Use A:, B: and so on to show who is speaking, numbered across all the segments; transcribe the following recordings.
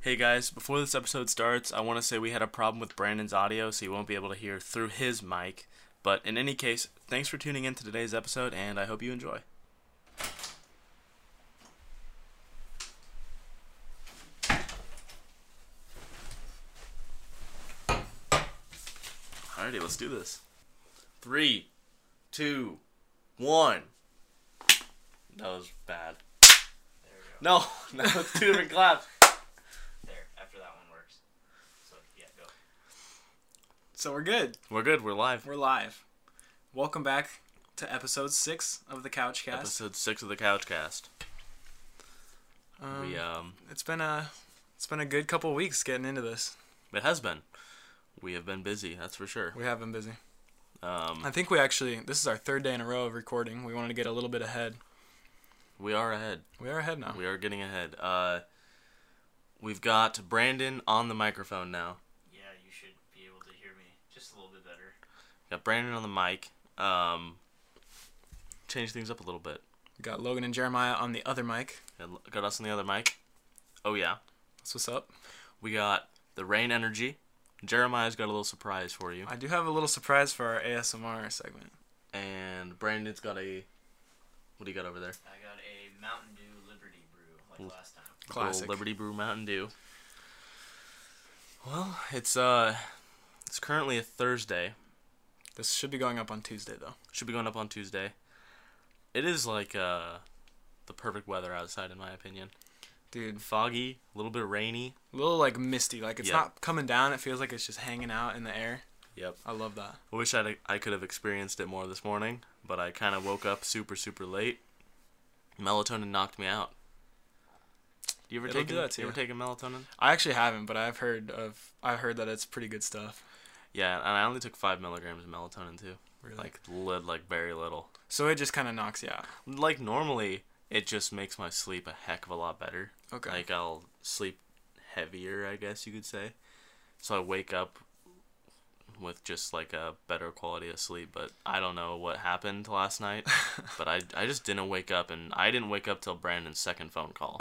A: Hey guys, before this episode starts, I want to say we had a problem with Brandon's audio, so you won't be able to hear through his mic. But in any case, thanks for tuning in to today's episode, and I hope you enjoy. Alrighty, let's do this. Three, two, one. That was bad.
B: There we go.
A: No, no, it's two different claps.
B: There, after that one works. So yeah, go.
C: So we're good.
A: We're good. We're live.
C: We're live. Welcome back to episode six of the Couchcast.
A: Episode six of the Couchcast.
C: Um,
A: we um,
C: It's been a it's been a good couple of weeks getting into this.
A: it has been. We have been busy. That's for sure.
C: We have been busy. I
A: Um,
C: think we actually this is our third day in a row of recording. We wanted to get a little bit ahead.
A: we are ahead.
C: We are ahead now.
A: We are getting ahead. Uh, we've got Brandon on the microphone now.
B: Yeah, you should be able to hear me just a little bit better.
A: got Brandon on the mic. Um, change things up a little bit.
C: We got Logan and Jeremiah on the other mic.
A: Got- Got us on the other mic. Oh yeah.
C: That's what's up.
A: We got the Rain Energy. Jeremiah's got a little surprise for you,
C: I do have a little surprise for our ASMR segment.
A: and Brandon's got a. What do you got over there?
B: I got a Mountain Dew Liberty Brew like
A: Oof.
B: last time.
A: Good old
C: Classic.
A: Liberty Brew Mountain Dew. Well, it's uh, it's currently a Thursday.
C: This should be going up on Tuesday though.
A: Should be going up on Tuesday. It is like uh, the perfect weather outside, in my opinion.
C: Dude,
A: Foggy, a little bit rainy.
C: a little like misty. Like it's
A: Yeah.
C: not coming down. It feels like it's just hanging out in the air.
A: Yep.
C: I love that.
A: I wish I'd, I could have experienced it more this morning, but I kind of woke up super super late. Melatonin knocked me out. You ever
C: It'll
A: taken
C: do that to
A: you
C: you.
A: ever taken melatonin?
C: I actually haven't, but I've heard of. I heard that it's pretty good stuff.
A: Yeah, and I only took five milligrams of melatonin too.
C: Really.
A: Like lid, like very little.
C: so it just kind of knocks you out.
A: like normally it just makes my sleep a heck of a lot better
C: Okay.
A: like i'll sleep heavier i guess you could say so i wake up with just like a better quality of sleep but i don't know what happened last night but I, I just didn't wake up and i didn't wake up till brandon's second phone call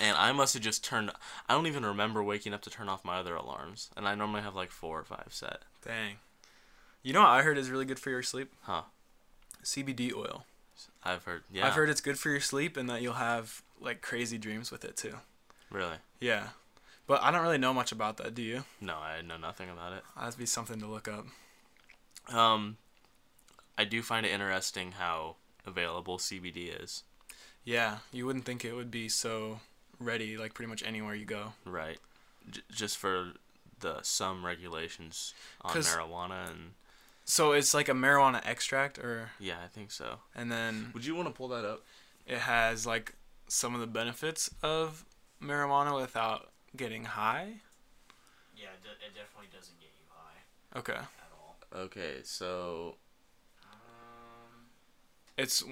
A: and i must have just turned i don't even remember waking up to turn off my other alarms and i normally have like four or five set
C: Dang. You know what I heard is really good for your sleep?
A: Huh.
C: CBD oil.
A: i've heard yeah
C: I've heard it's good for your sleep and that you'll have like crazy dreams with it too.
A: really
C: Yeah. But I don't really know much about that, do you?
A: no i know nothing about it
C: That'd be something to look up.
A: Um, I do find it interesting how available CBD is.
C: Yeah, you wouldn't think it would be so ready like pretty much anywhere you go.
A: Right. J- just for the some regulations on
C: 'Cause-
A: marijuana and
C: So it's like a marijuana extract or
A: yeah, I think so.
C: and then
A: Would you want to pull that up?
C: it has like some of the benefits of marijuana without getting high.
B: Yeah, it, de- it definitely doesn't get you high
C: Okay.
B: at all.
A: Okay, so
B: Um,
C: It's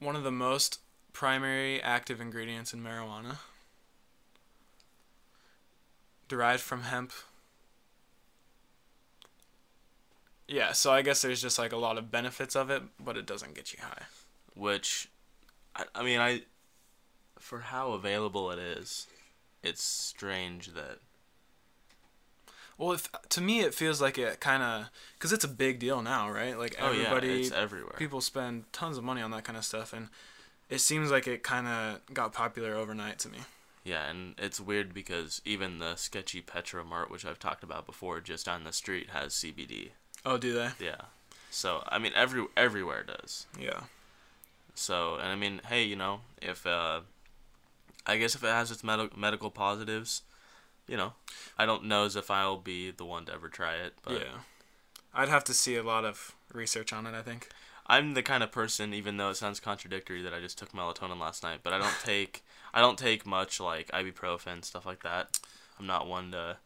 C: one of the most primary active ingredients in marijuana. Derived from hemp. Yeah, so I guess there's just like a lot of benefits of it, but it doesn't get you high.
A: which I, I mean I for how available it is, it's strange that
C: Well, if, to me, it feels like it kind of. Because it's a big deal now, right? Like
A: oh yeah,
C: everybody.
A: it's everywhere.
C: people spend tons of money on that kind of stuff, and it seems like it kind of got popular overnight to me.
A: Yeah, and it's weird because even the sketchy Petra Mart, which I've talked about before, just down the street has CBD.
C: Oh, do they?
A: Yeah. So I mean, every everywhere does.
C: Yeah.
A: So and I mean, hey, you know, if uh, I guess if it has its med- medical positives, you know, I don't know as if I'll be the one to ever try it, but
C: yeah. I'd have to see a lot of research on it, I think.
A: I'm the kind of person, even though it sounds contradictory, that I just took melatonin last night, but I don't take I don't take much like ibuprofen stuff like that. I'm not one to.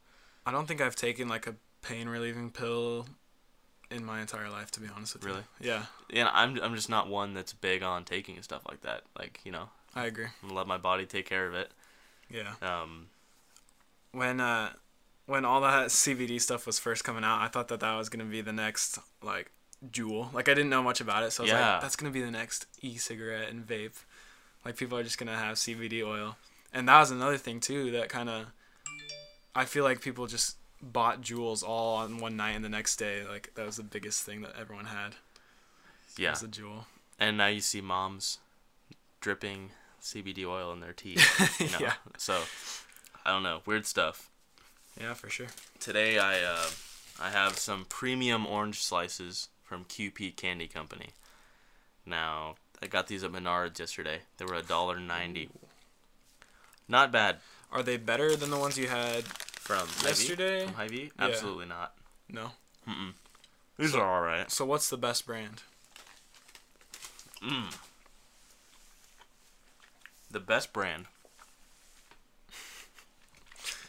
C: I don't think I've taken like a pain relieving pill in my entire life, to be honest with
A: Really?
C: you. Yeah,
A: You know, I'm I'm just not one that's big on taking stuff like that. Like you know,
C: I agree.
A: I'm gonna let my body take care of it.
C: Yeah.
A: Um,
C: When uh, when all that CBD stuff was first coming out, I thought that that was gonna be the next like jewel. Like I didn't know much about it, so I was
A: Yeah.
C: like, that's gonna be the next e-cigarette and vape. Like people are just gonna have CBD oil, and that was another thing too that kind of I feel like people just bought jewels all on one night and the next day like that was the biggest thing that everyone had
A: Yeah.
C: was a jewel.
A: And now you see moms dripping CBD oil in their tea. You know?
C: Yeah.
A: So I don't know. Weird stuff.
C: Yeah, for sure.
A: Today I uh, I have some premium orange slices from QP Candy Company. Now I got these at Menards yesterday. They were a dollar ninety. Not bad
C: Are they better than the ones you had?
A: from Hy-Vee.
C: Yesterday?
A: From Hy-Vee?
C: Yeah.
A: Absolutely not.
C: No.
A: These are all right.
C: So what's the best brand?
A: Mm. The best brand.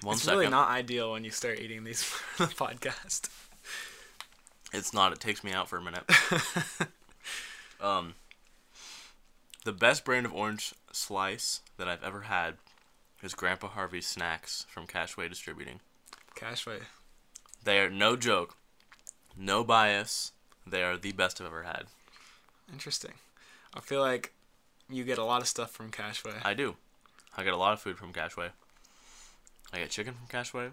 A: One second.
C: it's really not ideal when you start eating these for the podcast.
A: It's not. It takes me out for a minute. um, the best brand of orange slice that I've ever had is Grandpa Harvey's Snacks from Cashway Distributing.
C: Cashway.
A: They are no joke, no bias. They are the best I've ever had.
C: Interesting. I feel like you get a lot of stuff from Cashway.
A: I do. I get a lot of food from Cashway. I get chicken from Cashway.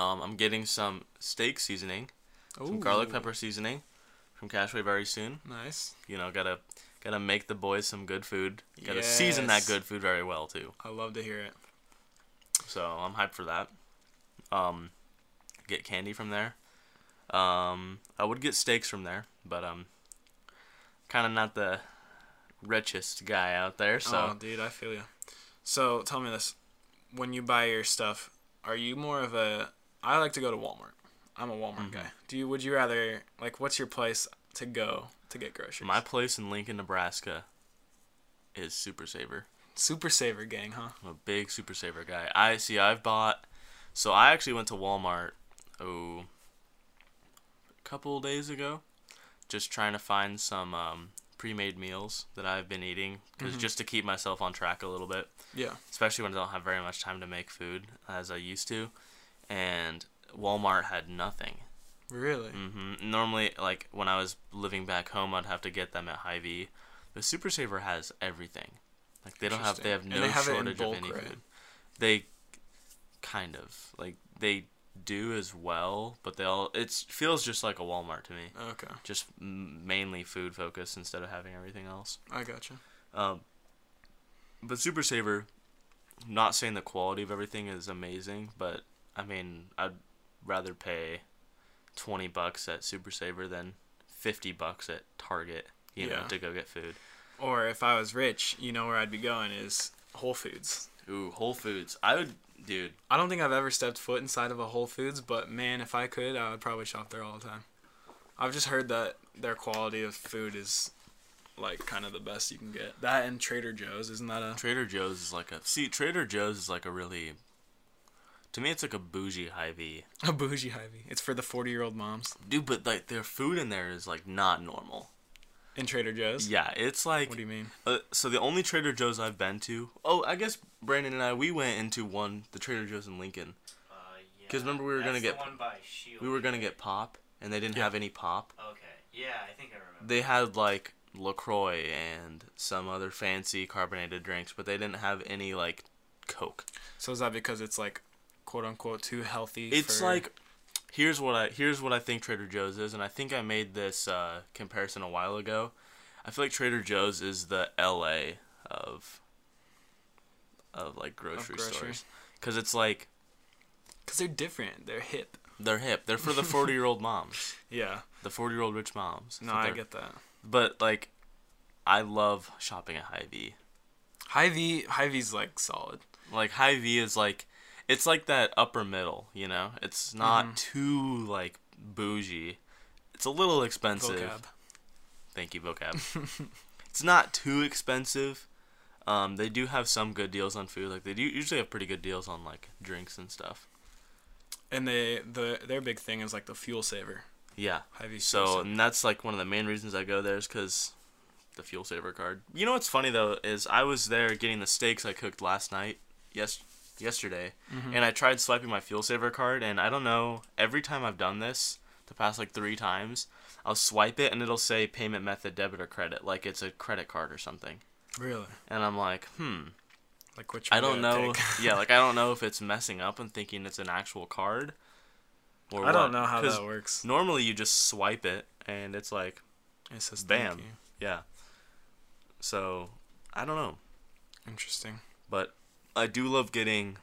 A: Um, I'm getting some steak seasoning, some garlic
C: Ooh,
A: pepper seasoning from Cashway very soon.
C: Nice.
A: You know, gotta gotta make the boys some good food. Gotta season that
C: Yes.
A: good food very well too.
C: I love to hear it.
A: So I'm hyped for that. Um, get candy from there. Um, I would get steaks from there, but um, kind of not the richest guy out there.
C: oh,
A: So
C: dude, I feel you. So tell me this: when you buy your stuff, are you more of a? I like to go to Walmart. I'm a Walmart
A: Mm-hmm.
C: guy. Do you? Would you rather like? What's your place to go to get groceries?
A: my place in Lincoln, Nebraska, is Super Saver.
C: super saver gang, huh?
A: I'm a big Super Saver guy. I see. I've bought. So I actually went to Walmart. Oh, a couple days ago, just trying to find some um, pre-made meals that I've been eating, because just to keep myself on track a little bit.
C: Yeah.
A: especially when I don't have very much time to make food as I used to. And Walmart had nothing.
C: Really?
A: hmm Normally, like when I was living back home, I'd have to get them at Hy-Vee. The Super Saver has everything. Like they don't have they have
C: Interesting.
A: no
C: And they have it in
A: shortage of
C: bulk,
A: any
C: right?
A: food. They kind of like they do as well, but they all it feels just like a Walmart to me.
C: Okay,
A: Just m- mainly food focused instead of having everything else.
C: I gotcha.
A: Um, but Super Saver, not saying the quality of everything is amazing, but I mean, I'd rather pay twenty bucks at Super Saver than fifty bucks at Target, you know,
C: Yeah.
A: to go get food.
C: Or if I was rich, you know where I'd be going is Whole Foods.
A: Ooh, Whole Foods. I would, dude.
C: I don't think I've ever stepped foot inside of a Whole Foods, but man, if I could, I would probably shop there all the time. I've just heard that their quality of food is like kind of the best you can get. That and Trader Joe's, isn't that a
A: Trader Joe's is like a see. Trader Joe's is like a really. To me, it's like a bougie hy
C: a bougie Hy-Vee? It's for the 40-year-old moms
A: dude. But like their food in there is like not normal.
C: in Trader Joe's.
A: Yeah, it's like
C: What do you mean?
A: Uh, so the only Trader Joe's I've been to. Oh, I guess Brandon and I we went into one, the Trader Joe's in Lincoln.
B: Uh, yeah.
A: 'Cause remember we were
B: That's
A: gonna
B: the
A: get-
B: one by Shield.
A: We were gonna get pop, and they didn't have any pop.
B: Okay. Yeah, I think I remember.
A: They had like Lacroix and some other fancy carbonated drinks, but they didn't have any like Coke.
C: So is that because it's like quote unquote too healthy?
A: It's
C: for-
A: like here's what I here's what I think Trader Joe's is, and I think I made this uh, comparison a while ago. I feel like Trader Joe's is the L.A. of of like grocery,
C: grocery.
A: stores because it's like
C: cuz they're different. They're hip.
A: They're hip. They're for the forty year old moms.
C: Yeah.
A: The forty year old rich moms. That's
C: No,
A: what
C: I
A: they're-
C: get that.
A: But like, I love shopping at Hy Vee.
C: Hy-Vee, Hy-Vee's like solid.
A: Like Hy Vee is like, it's like that upper middle. You know, it's not
C: Mm-hmm.
A: too like bougie. It's a little expensive.
C: Vocab.
A: Thank you, vocab. it's not too expensive. Um, they do have some good deals on food. Like they do usually have pretty good deals on like drinks and stuff.
C: And they the their big thing is like the fuel saver.
A: Yeah.
C: Hy-Vee's fuel
A: So
C: saver.
A: and that's like one of the main reasons I go there is because the fuel saver card. You know what's funny though is I was there getting the steaks I cooked last night, yes, yesterday,
C: Mm-hmm.
A: and I tried swiping my fuel saver card, and I don't know. Every time I've done this, the past like three times, I'll swipe it and it'll say payment method debit or credit, like it's a credit card or something,
C: Really?
A: and I'm like, hmm,
C: Like which
A: I
C: way
A: don't know.
C: pick.
A: yeah, like I don't know if it's messing up and thinking it's an actual card. Or
C: I
A: what,
C: don't know how
A: 'cause
C: that works.
A: Normally, you just swipe it, and it's like,
C: It says thank
A: bam,
C: you.
A: yeah. So, I don't know,
C: Interesting.
A: but I do love getting.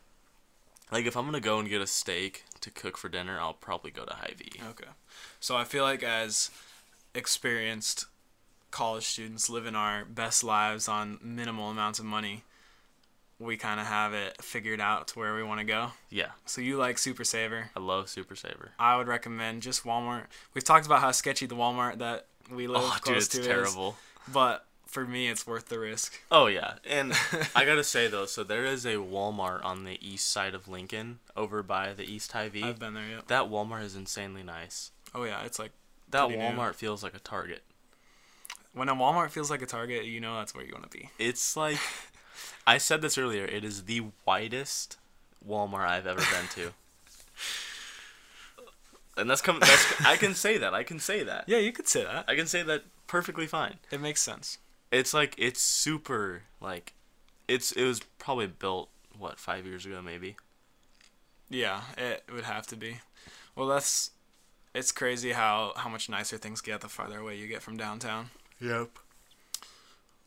A: Like, if I'm gonna go and get a steak to cook for dinner, I'll probably go to Hy-Vee.
C: Okay. So I feel like as experienced college students living our best lives on minimal amounts of money, we kind of have it figured out to where we want to go.
A: Yeah,
C: So you like Super Saver.
A: I love Super Saver.
C: I would recommend just Walmart. We've talked about how sketchy the Walmart that we live
A: Oh, dude,
C: close
A: it's
C: to is,
A: terrible.
C: but for me, it's worth the risk.
A: Oh yeah, and I gotta say though, so there is a Walmart on the east side of Lincoln, over by the East Hy-Vee.
C: I've been there. Yep.
A: That Walmart is insanely nice.
C: Oh yeah, it's like
A: That
C: Pretty new.
A: Walmart feels like a Target.
C: when a Walmart feels like a Target, you know that's where you want to be.
A: It's like, I said this earlier. It is the widest Walmart I've ever been to. And that's coming. That's, I can say that. I can say that.
C: Yeah, you could say that.
A: I can say that perfectly fine.
C: It makes sense.
A: It's like it's super like, it's it was probably built what five years ago maybe.
C: Yeah, it would have to be. Well, that's it's crazy how how much nicer things get the farther away you get from downtown.
A: Yep.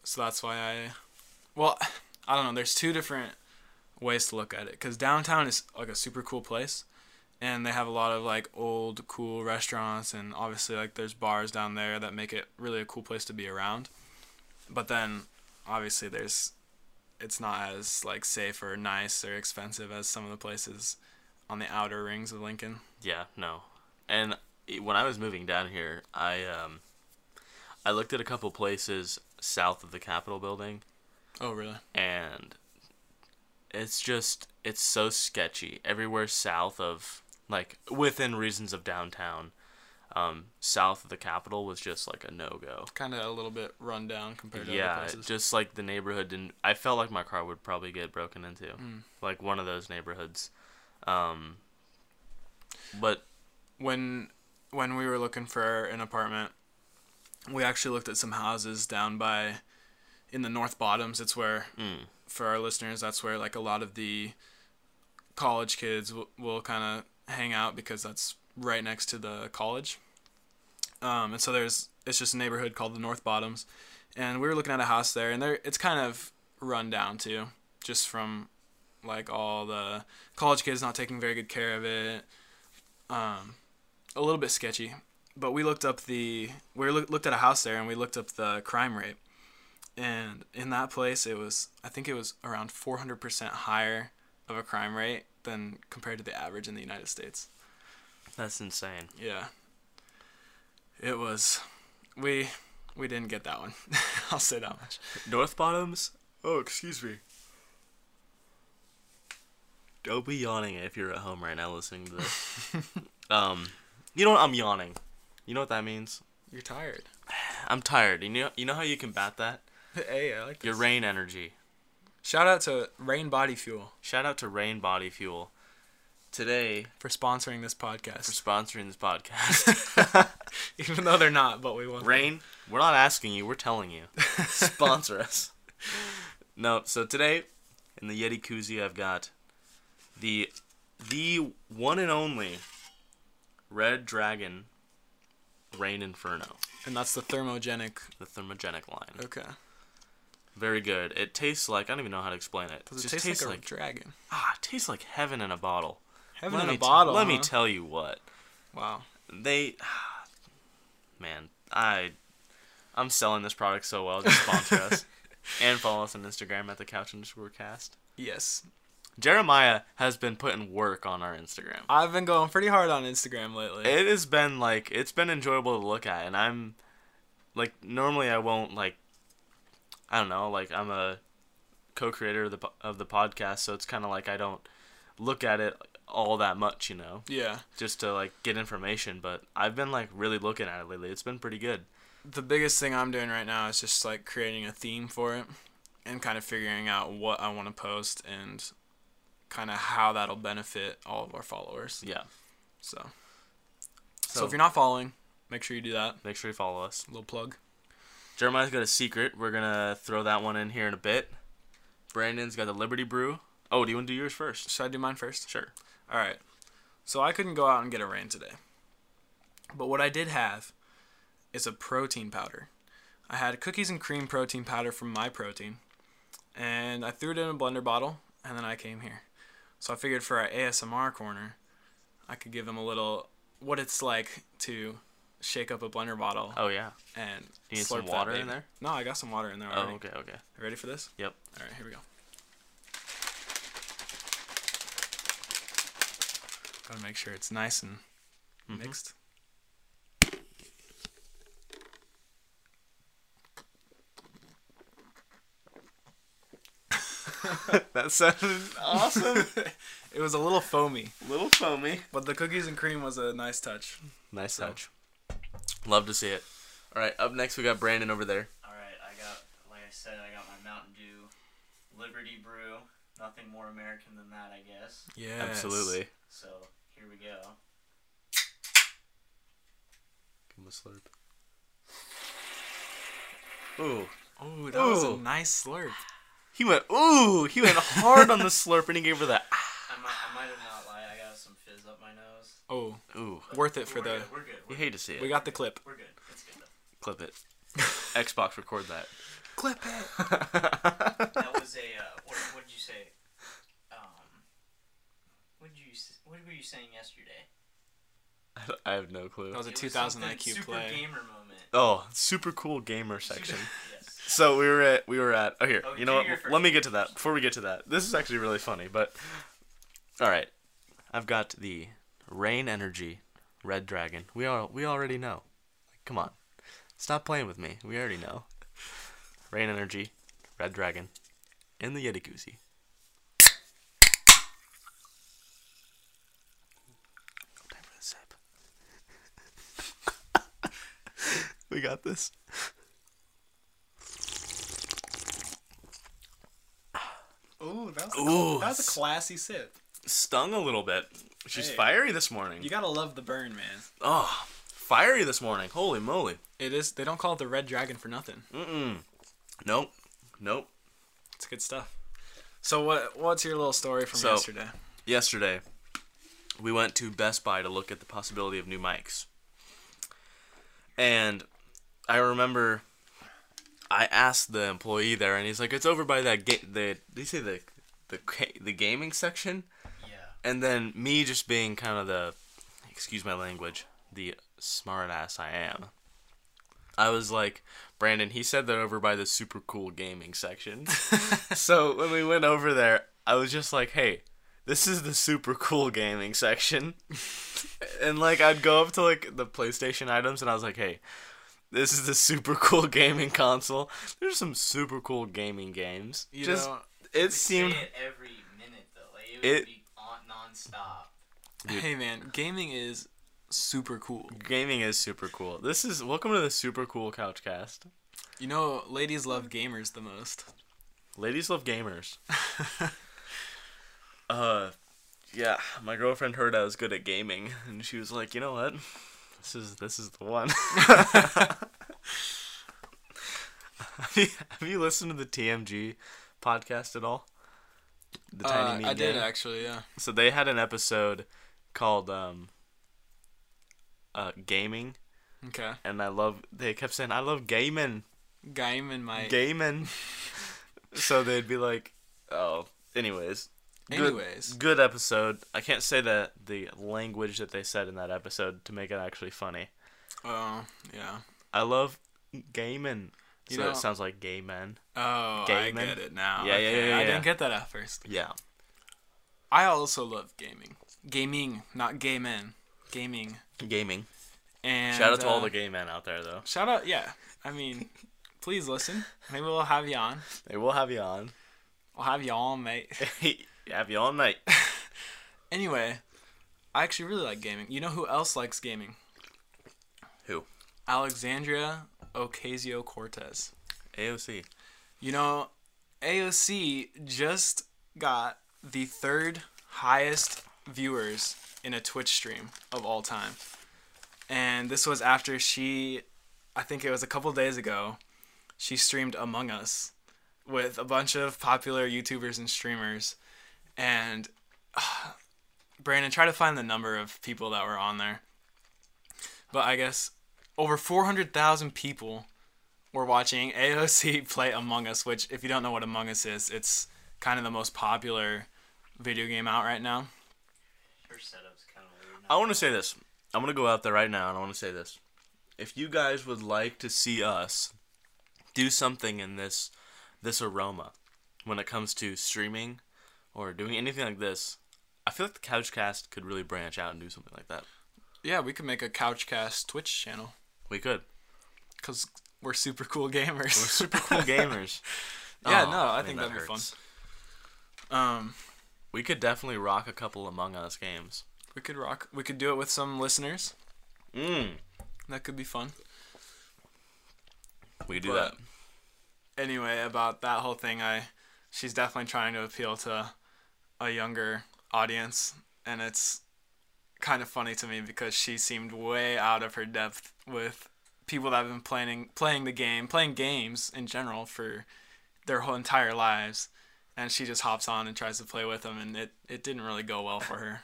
C: So that's why I well, I don't know, there's two different ways to look at it cuz downtown is like a super cool place and they have a lot of like old cool restaurants and obviously like there's bars down there that make it really a cool place to be around. But then obviously there's it's not as like safe or nice or expensive as some of the places on the outer rings of Lincoln.
A: Yeah, no. And it- when I was moving down here, I um, I looked at a couple places south of the Capitol building,
C: Oh, really?
A: and it's just it's so sketchy. Everywhere south of like within reasons of downtown, um, south of the Capitol was just like a no go.
C: Kind of a little bit run down compared to other
A: Yeah,
C: places.
A: just like the neighborhood didn't. I felt like my car would probably get broken into, like one of those neighborhoods. Um, but
C: when when we were looking for an apartment, we actually looked at some houses down by in the North Bottoms. It's where
A: mm,
C: for our listeners, that's where like a lot of the college kids will, will kind of hang out because that's right next to the college. Um, and so there's it's just a neighborhood called the North Bottoms, and we were looking at a house there, and there it's kind of run down too, just from like all the college kids not taking very good care of it. Um, a little bit sketchy, but we looked up the we look, looked at a house there, and we looked up the crime rate and in that place it was i think it was around 400% higher of a crime rate than compared to the average in the united states
A: that's insane.
C: yeah it was we we didn't get that one i'll say that much
A: North Bottoms? Oh, excuse me. Don't be yawning if you're at home right now listening to this. um, you know what? I'm yawning. You know what that means?
C: you're tired
A: I'm tired. You know, you know how you combat that?
C: hey i like this.
A: Your rain energy.
C: shout out to rain body fuel
A: Shout out to Rain Body Fuel. Today,
C: for sponsoring this
A: for
C: podcast
A: sponsoring this podcast.
C: even though they're not but we want them.
A: Rain, we're not asking you, we're telling you. Sponsor us. No, so today in the Yeti koozie I've got the the one and only Red Dragon Rain Inferno,
C: and that's the thermogenic
A: the thermogenic line.
C: okay
A: Very good. It tastes like I don't even know how to explain it. It
C: does it
A: just
C: taste
A: tastes
C: like a
A: like,
C: dragon
A: ah, it tastes like heaven in a bottle.
C: heaven in
A: me
C: a
A: t-
C: bottle
A: let me
C: huh?
A: tell you what.
C: wow
A: They man, I I'm selling this product so well. Just sponsor us and follow us on Instagram at the couch underscore cast.
C: yes
A: Jeremiah has been putting work on our Instagram.
C: i've been going pretty hard on instagram lately
A: It has been like it's been enjoyable to look at, and I'm like normally I won't like I don't know like I'm a co-creator of the po- of the podcast, so it's kind of like I don't look at it all that much, you know,
C: yeah
A: just to like get information. But I've been like really looking at it lately. It's been pretty good.
C: the biggest thing I'm doing right now is just like creating a theme for it and kind of figuring out what I want to post and kind of how that'll benefit all of our followers.
A: Yeah.
C: So, so,
A: So,
C: if you're not following, make sure you do that.
A: make sure you follow us.
C: Little plug.
A: Jeremiah's got a secret. We're gonna throw that one in here in a bit. Brandon's got the Liberty Brew. Oh, do you want to do yours first?
C: Should I do mine first?
A: Sure.
C: All right. So I couldn't go out and get a rain today. But what I did have is a protein powder. I had cookies and cream protein powder from my protein, and I threw it in a blender bottle, and then I came here. So I figured for our ASMR corner, I could give them a little what it's like to shake up a blender bottle
A: Oh yeah.
C: and
A: you need
C: slurp
A: some
C: that
A: water in
C: baby.
A: there?
C: No, I got some water in there
A: Oh
C: already.
A: okay okay.
C: You ready for this?
A: Yep.
C: All right, here we go. Gotta make sure it's nice and mixed.
A: That sounded awesome.
C: It was a little foamy,
A: Little foamy.
C: but the cookies and cream was a nice touch.
A: Nice touch. Love to see it. All right, up next we got Brandon over there.
B: All right, I got like I said, I got my Mountain Dew, Liberty Brew. Nothing more American than that, I guess.
C: Yeah.
A: Absolutely.
B: So here we go.
A: Give him a slurp. Ooh.
C: Oh, that was a
A: Ooh.
C: nice slurp.
A: He went ooh. He went hard on the slurp and he gave her that ah.
B: I might, I might have not lied. I got some fizz up my nose.
C: Oh,
A: ooh.
C: worth it for
B: we're
C: the.
B: Good, we're good.
A: You
B: We're,
A: hate to see it.
C: We got the clip.
B: we're good. It's good though.
A: Clip it. Xbox, record that.
C: Clip it.
B: That was a. Uh, what what did you say? Um. What did you s- What were you saying yesterday?
A: I have no clue.
C: That was a
B: It
C: 2000
B: something
C: IQ
B: super
C: play.
B: gamer moment.
A: Oh, super cool gamer section.
B: yes.
A: So we were at we were at oh here
B: Oh,
A: you know
B: do your
A: what
B: first.
A: let me get to that before we get to that this is actually really funny but all right I've got the rain energy red dragon we all we already know like, come on stop playing with me we already know rain energy red dragon and the yeti koozie time for the sip we got this
C: Oh, that was,
A: Ooh.
C: that was a classy sip.
A: stung a little bit she's
C: Hey.
A: fiery this morning
C: You gotta love the burn, man.
A: Oh, fiery this morning. Holy moly.
C: It is. They don't call it the red dragon for nothing.
A: Mm-mm. Nope. Nope.
C: It's good stuff. So what? What's your little story from
A: So-
C: yesterday?
A: Yesterday, we went to Best Buy to look at the possibility of new mics. And I remember I asked the employee there, and he's like, it's over by that gate. The, did he say the, the, ca- the gaming section?
B: Yeah.
A: and then me just being kind of the excuse my language the smart ass i am i was like brandon he said that over by the super cool gaming section so when we went over there i was just like hey this is the super cool gaming section and like i'd go up to like the playstation items and i was like hey this is the super cool gaming console there's some super cool gaming games
C: You
A: just
C: know-
A: it
B: We
A: seemed
B: say it every minute though. Like it would
A: It-
B: be on nonstop.
A: Dude.
C: Hey man, gaming is super cool.
A: Gaming is super cool. This is welcome to the super cool couchcast.
C: You know, ladies love gamers the most.
A: Ladies love gamers. uh, yeah, my girlfriend heard I was good at gaming, and she was like, you know what, this is this is the one. have, you, have you listened to the TMG podcast at all? The
C: Uh,
A: Tiny Mean
C: I did
A: Gang?
C: actually, yeah.
A: So they had an episode called um, uh, gaming,
C: Okay.
A: and I love. They kept saying, I love gaming.
C: Game and my.
A: gaming. so they'd be like, oh, anyways. Good-
C: Anyways.
A: Good, episode. I can't say the the language that they said in that episode to make it actually funny.
C: Oh yeah.
A: I love gaming.
C: You
A: so
C: know-
A: it sounds like gay men.
C: Oh, I
A: Gaming?
C: get it now.
A: Yeah, yeah,
C: Okay,
A: yeah,
C: I
A: yeah.
C: didn't get that at first.
A: Yeah.
C: I also love gaming. Gaming, not gay men. Gaming.
A: Gaming.
C: And
A: Shout out to all
C: uh,
A: the gay men out there, though.
C: Shout out, yeah. I mean, please listen. Maybe we'll have you on.
A: They will have you on.
C: We'll have you on, mate.
A: have you all night.
C: Anyway, I actually really like gaming. You know who else likes gaming?
A: Who?
C: Alexandria Ocasio Cortez.
A: AOC.
C: You know, AOC just got the third highest viewers in a Twitch stream of all time. And this was after she, I think it was a couple days ago, she streamed Among Us, with a bunch of popular YouTubers and streamers, and ah, Brandon, try to find the number of people that were on there. But I guess over four hundred thousand people were watching AOC play Among Us, which, if you don't know what Among Us is, it's kind of the most popular video game out right now.
B: Her setup's kind of weird.
A: I want to say this. I'm going to go out there right now and I want to say this. If you guys would like to see us do something in this this aroma when it comes to streaming or doing anything like this, I feel like the Couchcast could really branch out and do something like that.
C: Yeah, we could make a Couchcast Twitch channel
A: We could.
C: because we're super cool gamers. We're
A: Super cool gamers.
C: Yeah,
A: Aw,
C: no, I
A: man,
C: think
A: that
C: that'd be fun.
A: hurts.
C: Um,
A: We could definitely rock a couple Among Us games.
C: we could rock. We could do it with some listeners.
A: Mm.
C: That could be fun.
A: We could do
C: But-
A: that.
C: Anyway, about that whole thing, I she's definitely trying to appeal to a younger audience, and it's kind of funny to me because she seemed way out of her depth with people that have been playing playing the game, playing games in general for their whole entire lives, and she just hops on and tries to play with them, and it it didn't really go well for her.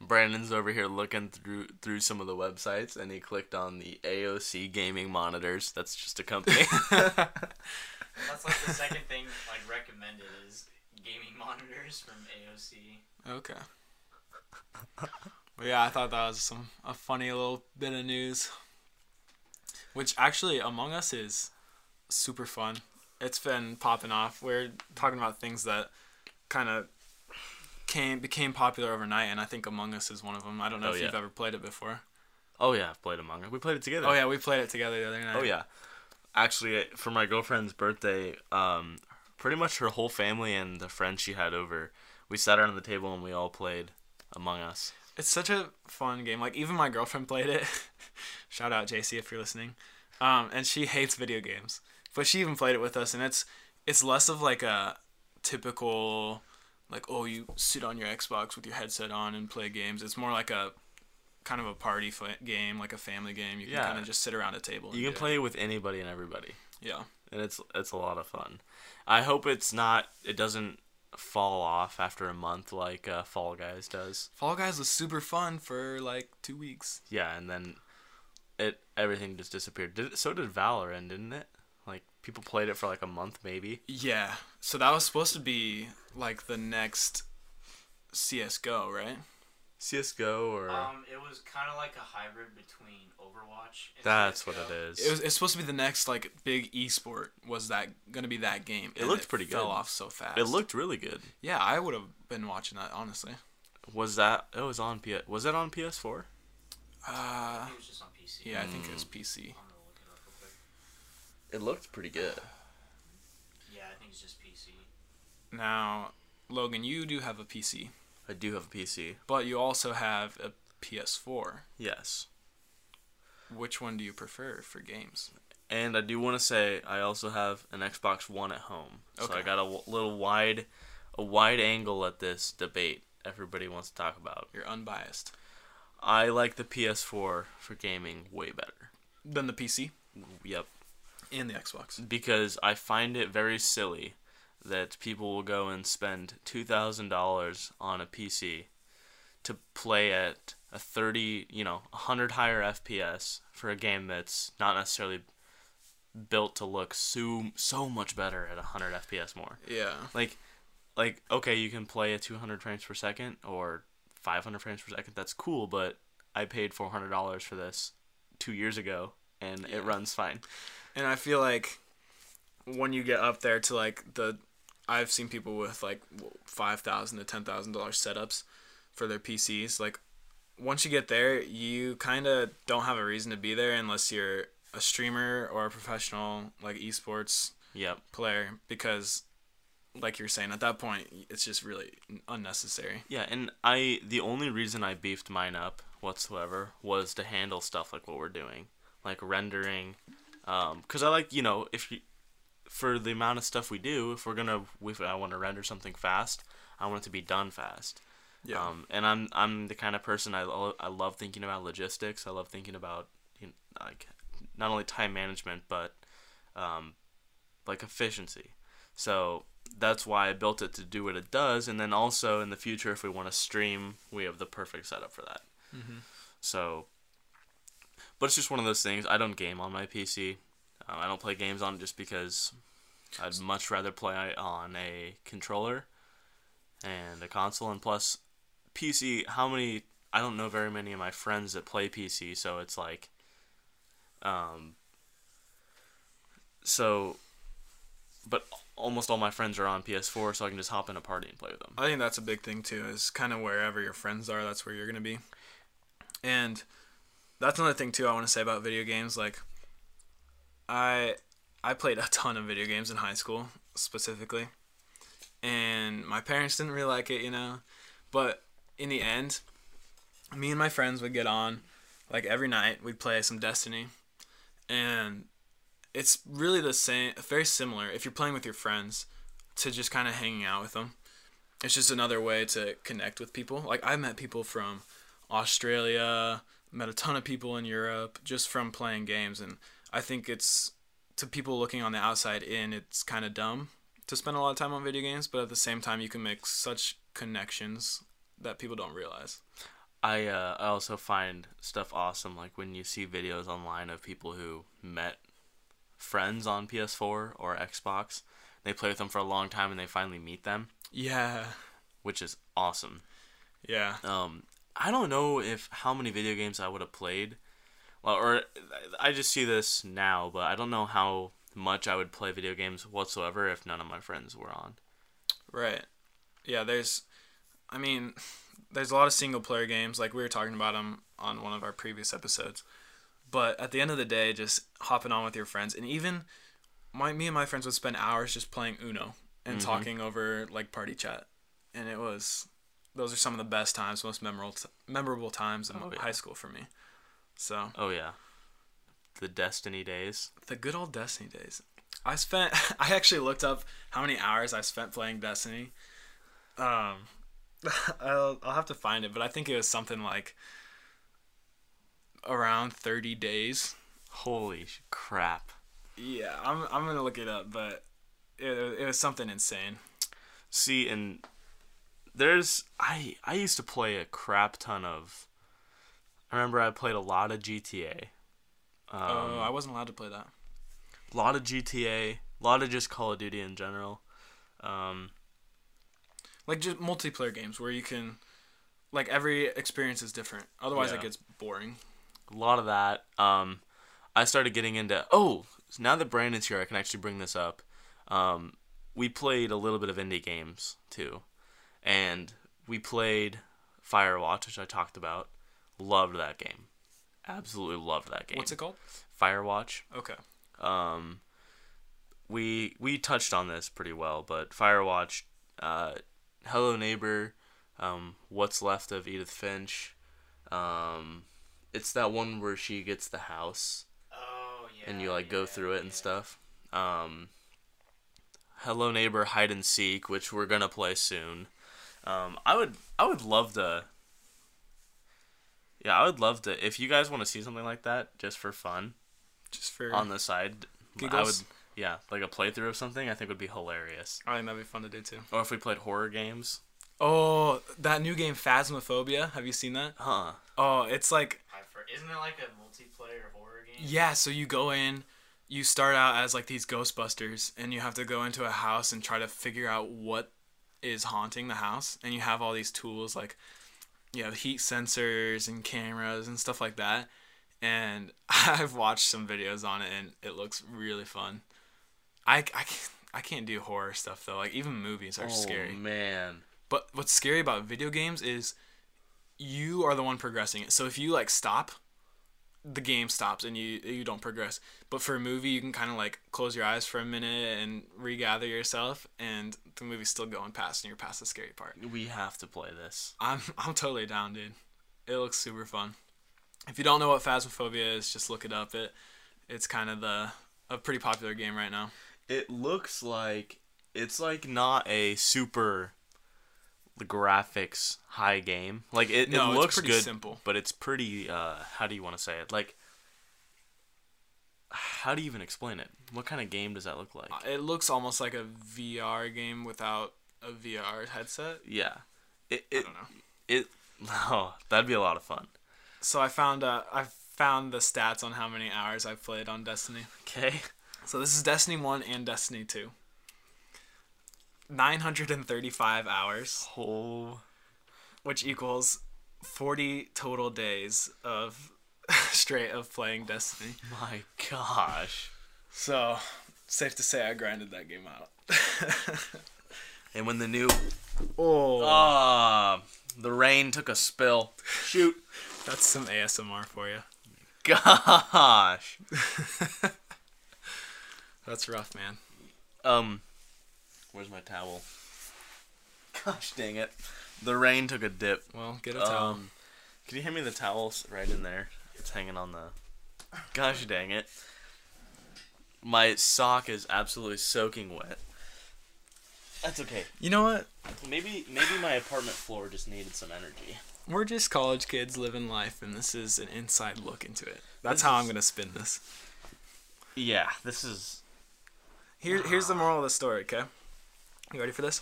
A: Brandon's over here looking through through some of the websites, and he clicked on the AOC gaming monitors. That's just a company.
B: That's like the second thing like recommended is gaming monitors from AOC.
C: Okay. Well, yeah, I thought that was some a funny little bit of news. Which actually, Among Us is super fun. It's been popping off. We're talking about things that kind of came became popular overnight, and I think Among Us is one of them. I don't know
A: Oh,
C: if you've
A: yeah.
C: ever played it before.
A: oh yeah, I've played Among Us. We played it together.
C: Oh yeah, we played it together the other night.
A: Oh yeah. Actually, uh, for my girlfriend's birthday, um, pretty much her whole family and the friends she had over, we sat around the table and we all played Among Us.
C: It's such a fun game. Like even my girlfriend played it. Shout out JC if you're listening. Um, and she hates video games, but she even played it with us, and it's it's less of like a typical like oh you sit on your Xbox with your headset on and play games. It's more like a kind of a party fa- game, like a family game. You can
A: Yeah.
C: kind of just sit around a table. and
A: You can
C: do it.
A: play with anybody and everybody.
C: Yeah.
A: and it's it's a lot of fun. I hope it's not it doesn't fall off after a month like uh, Fall Guys does.
C: Fall Guys was super fun for like two weeks.
A: Yeah, and then it everything just disappeared. Did so did Valorant, didn't it? Like people played it for like a month maybe.
C: Yeah. So that was supposed to be like the next CS:GO, right?
A: CS:GO or
B: Um, it was kind of like a hybrid between Overwatch. And
A: that's what
B: CS:GO.
A: it is.
C: It was, it's supposed to be the next like big esport. Was that gonna be that game?
A: It
C: and
A: looked pretty
C: Fell
A: good.
C: off so fast.
A: It looked really good.
C: Yeah, I would have been watching that honestly.
A: Was that it was on P was that on PS4?
C: Uh,
B: It was just on PC.
C: yeah, I
A: Mm.
C: think it was
A: Hmm.
C: PC.
B: I'm gonna look it up real quick.
A: It looked pretty good.
B: Yeah, I think it's just PC.
C: Now, Logan, you do have a PC,
A: I do have a PC.
C: but you also have a PS4.
A: Yes.
C: Which one do you prefer for games?
A: And I do want to say I also have an Xbox One at home, so I
C: Okay.
A: got a w- little wide, a wide angle at this debate everybody wants to talk about.
C: You're unbiased.
A: I like the PS4 for gaming way better.
C: Then the PC
A: Yep,
C: and the Xbox.
A: because I find it very silly that people will go and spend two thousand dollars on a PC to play at a thirty, you know, hundred higher FPS for a game that's not necessarily built to look so so much better at hundred FPS more.
C: Yeah.
A: Like, like okay, you can play at two hundred frames per second or five hundred frames per second. That's cool, but I paid four hundred dollars for this two years ago, and
C: Yeah.
A: it runs fine.
C: And I feel like when you get up there to like the, I've seen people with like five thousand to ten thousand dollar setups for their PCs. Like once you get there, you kind of don't have a reason to be there unless you're a streamer or a professional like esports
A: Yep.
C: player because like you're saying at that point it's just really unnecessary
A: Yeah, and I the only reason I beefed mine up whatsoever was to handle stuff like what we're doing, like rendering, because I like you know if you, for the amount of stuff we do, if we're gonna if I want to render something fast, I want it to be done fast.
C: yeah
A: Um, and I'm I'm the kind of person I lo- I love thinking about logistics. I love thinking about you know, like not only time management but um, like efficiency. So that's why I built it to do what it does. And then also in the future, if we want to stream, we have the perfect setup for that.
C: Mhm.
A: So, but it's just one of those things. I don't game on my PC. Um, I don't play games on it just because I'd much rather play on a controller and a console. And plus, PC, how many? I don't know very many of my friends that play PC, so it's like, um, so, but almost all my friends are on PS4, so I can just hop in a party and play with them.
C: I think that's a big thing too. Is kind of wherever your friends are, that's where you're gonna be. And that's another thing too. I want to say about video games. Like, I I played a ton of video games in high school specifically, and my parents didn't really like it, you know. But in the end, me and my friends would get on, like every night we'd play some Destiny, and it's really the same, very similar. If you're playing with your friends, to just kind of hanging out with them it's just another way to connect with people. Like I met people from Australia, met a ton of people in Europe just from playing games, and I think it's to people looking on the outside in, it's kind of dumb to spend a lot of time on video games, but at the same time, you can make such connections that people don't realize.
A: I uh, I also find stuff awesome, like when you see videos online of people who met friends on PS4 or Xbox. They play with them for a long time and they finally meet them,
C: Yeah,
A: which is awesome.
C: yeah,
A: Um, I don't know if how many video games I would have played, well, or I just see this now, but I don't know how much I would play video games whatsoever if none of my friends were on.
C: right. Yeah, there's, I mean, there's a lot of single player games like we were talking about them on one of our previous episodes but at the end of the day just hopping on with your friends and even my me and my friends would spend hours just playing uno and
A: Mhm.
C: talking over like party chat and it was those are some of the best times most memorable memorable times in
A: Oh, yeah.
C: high school for me so
A: Oh yeah, the Destiny days.
C: the good old destiny days i spent i actually looked up how many hours i spent playing destiny um I'll, I'll have to find it but i think it was something like around 30 days
A: Holy sh- crap!
C: yeah i'm, I'm gonna look it up but it, it was something insane
A: See, and there's I I used to play a crap ton of. I remember I played a lot of GTA. Um,
C: oh i wasn't allowed to play that
A: a lot of GTA, a lot of just Call of Duty in general. Um,
C: like just multiplayer games where you can like every experience is different otherwise
A: Yeah.
C: it gets boring
A: a lot of that. Um, I started getting into oh now that Brandon's here, I can actually bring this up. Um, we played a little bit of indie games too, and we played Firewatch, which I talked about. Loved that game, absolutely loved that game.
C: what's it called
A: Firewatch.
C: okay
A: Um, we we touched on this pretty well, but Firewatch, uh, Hello Neighbor, um, What's Left of Edith Finch, um, it's that one where she gets the house
B: Oh yeah.
A: and you like go
B: yeah,
A: through it
B: yeah.
A: and stuff. Um, Hello Neighbor, Hide and Seek, which we're gonna play soon. Um, I would I would love to. Yeah, I would love to. If you guys want to see something like that, just for fun,
C: just for
A: on the side. I would,
C: Giggles?
A: yeah, like a playthrough of something. I think would be hilarious.
C: i think that'd be fun to do too
A: Or if we played horror games,
C: Oh, that new game Phasmophobia. Have you seen that?
A: huh?
C: Oh, it's like
B: I for, isn't it like a multiplayer horror game?
C: yeah. So you go in, you start out as like these Ghostbusters, and you have to go into a house and try to figure out what is haunting the house, and you have all these tools like you have heat sensors and cameras and stuff like that. And I've watched some videos on it, and it looks really fun. I I can't, I can't do horror stuff though. Like even movies are scary.
A: Oh, man.
C: But what's scary about video games is you are the one progressing it. So if you like stop, the game stops and you you don't progress. But for a movie, you can kind of like close your eyes for a minute and regather yourself, and the movie's still going past, and you're past the scary part.
A: We have to play this.
C: I'm I'm totally down, dude. It looks super fun. If you don't know what Phasmophobia is, just look it up. It it's kind of the a pretty popular game right now.
A: It looks like it's like not a super graphics high game. Like it,
C: No,
A: it
C: it's
A: looks
C: pretty
A: good,
C: simple.
A: but it's pretty. Uh, how do you want to say it? Like how do you even explain it? What kind of game does that look like?
C: Uh, It looks almost like a VR game without a VR headset.
A: yeah. It
C: I
A: it
C: don't know.
A: it oh, that'd be a lot of fun.
C: So I found uh, I found the stats on how many hours I've played on Destiny.
A: Okay.
C: So this is Destiny 1 and Destiny 2. 935 hours,
A: Oh.
C: which equals 40 total days of straight of playing Destiny.
A: My gosh.
C: So, safe to say I grinded that game out.
A: And when the new
C: oh,
A: ah the rain took a spill. Shoot.
C: that's some ASMR for you.
A: Gosh.
C: That's rough, man.
A: Um where's my towel? Gosh dang it. The rain took a dip.
C: Well, get a towel.
A: Um Can you hand me the towels right in there? It's hanging on the Gosh dang it. My sock is absolutely soaking wet. That's okay.
C: You know what?
A: Maybe maybe my apartment floor just needed some energy.
C: We're just college kids living life, and this is an inside look into it. That's
A: This
C: how
A: is-
C: I'm gonna spin this.
A: Yeah, this is
C: Here, here's the moral of the story, okay? You ready for this?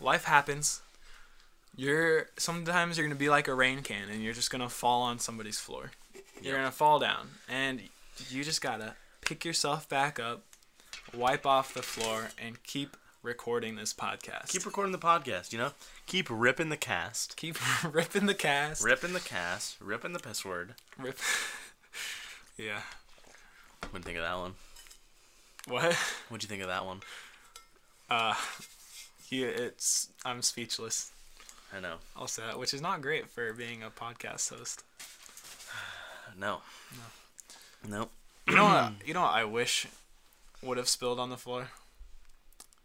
C: Life happens. You're sometimes you're gonna be like a rain can, and you're just gonna fall on somebody's floor. You're
A: Yep.
C: gonna fall down, and you just gotta pick yourself back up, wipe off the floor, and keep recording this podcast.
A: keep recording the podcast, you know? Keep ripping the cast.
C: keep ripping the cast.
A: Ripping the cast, ripping the piss word.
C: Rip. yeah.
A: What'd you think of that one?
C: What?
A: What'd you think of that one?
C: Uh, you, it's I'm speechless.
A: I know.
C: I'll say that, which is not great for being a podcast host.
A: No. No. Nope.
C: You know what? You know what I wish would have spilled on the floor.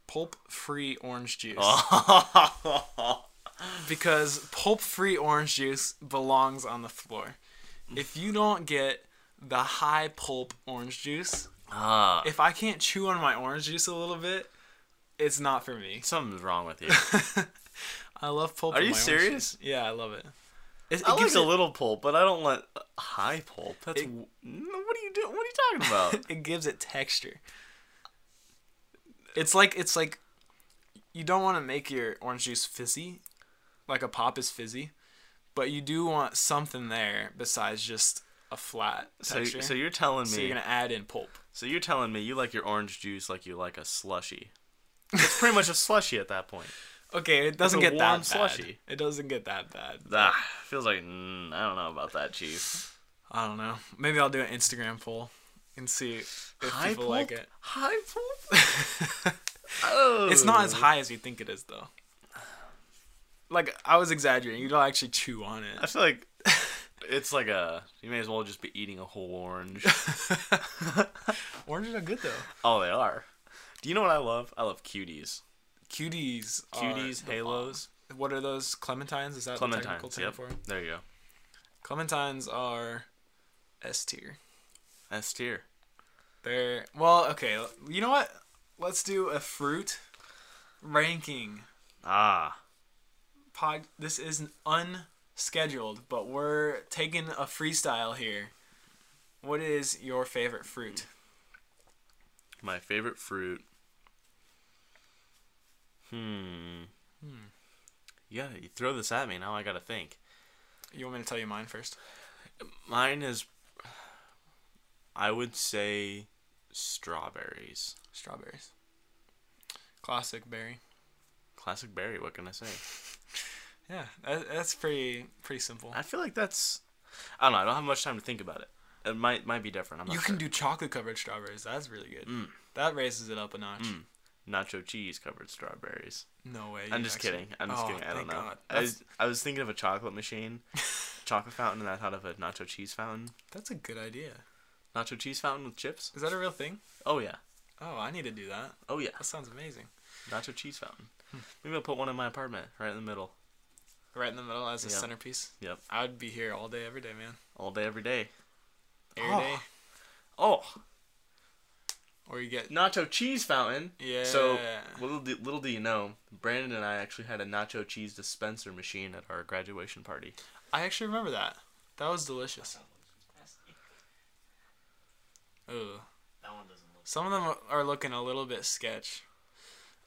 C: Pulp-free orange juice,
A: Oh.
C: because pulp-free orange juice belongs on the floor. If you don't get the high pulp orange juice,
A: Ah,
C: if I can't chew on my orange juice a little bit, it's not for me.
A: something's wrong with you.
C: I love pulp.
A: Are
C: in
A: you
C: my orange
A: serious?
C: juice. Yeah, I love it. It, it
A: I like
C: gives
A: a
C: it-
A: little pulp, but I don't want high pulp. That's
C: It-
A: w what are you doing? What are you talking about?
C: it gives it texture. It's like it's like you don't want to make your orange juice fizzy, like a pop is fizzy, but you do want something there besides just a flat
A: so,
C: texture.
A: so you're telling me
C: So you're gonna add in pulp.
A: so you're telling me you like your orange juice like you like a slushy. It's pretty much a slushy at that point.
C: Okay, it doesn't
A: a
C: get that
A: warm
C: bad.
A: slushy.
C: It doesn't get that bad.
A: Ah, feels like mm, I don't know about that, chief.
C: I don't know. Maybe I'll do an Instagram poll and see if
A: High
C: people
A: pulp?
C: like it.
A: High pulp? Oh.
C: It's not as high as you think it is though. Like I was exaggerating. You don't actually chew on it.
A: I feel like it's like a. You may as well just be eating a whole orange.
C: Oranges are good though.
A: oh, they are. Do you know what I love? I love cuties.
C: Cuties. are
A: Cuties,
C: the
A: halos,
C: bomb. What are those? Clementines? Is that the technical
A: clementines.
C: term
A: Yep.
C: for 'em?
A: There you go.
C: Clementines are S tier.
A: S tier.
C: They're well, okay. You know what? Let's do a fruit ranking
A: Ah.
C: pod. This is unscheduled, but we're taking a freestyle here. What is your favorite fruit?
A: My favorite fruit. Hmm. Yeah, you throw this at me. Now I gotta think.
C: You want me to tell you mine first?
A: Mine is. I would say strawberries.
C: Strawberries. Classic berry.
A: Classic berry. What can I say?
C: Yeah, that, that's pretty pretty simple.
A: I feel like that's. I don't know. I don't have much time to think about it. It might might be different. I'm not
C: You
A: sure.
C: can do chocolate covered strawberries. That's really good.
A: Mm.
C: That raises it up a notch.
A: Mm. nacho cheese covered strawberries.
C: No way.
A: I'm
C: you
A: just
C: actually-
A: kidding. I'm just
C: Oh,
A: kidding. I don't
C: thank
A: know.
C: God.
A: I
C: That's,
A: was, I was thinking of a chocolate machine, chocolate fountain, and I thought of a nacho cheese fountain.
C: that's a good idea.
A: Nacho cheese fountain with chips.
C: Is that a real thing?
A: Oh yeah.
C: Oh, I need to do that.
A: Oh yeah.
C: That sounds amazing.
A: Nacho cheese fountain.
C: Hmm.
A: Maybe I'll put one in my apartment, right in the middle,
C: Right in the middle as a
A: Yep.
C: centerpiece.
A: Yep.
C: I would be here all day, every day, man.
A: all day, every day.
C: Every day.
A: Oh. Oh,
C: Or you get.
A: nacho cheese fountain.
C: Yeah.
A: So little do, little do you know, Brandon and I actually had a nacho cheese dispenser machine at our graduation party.
C: I actually remember that. That was delicious. Ugh.
B: That one doesn't look.
C: Some of them are looking a little bit sketch.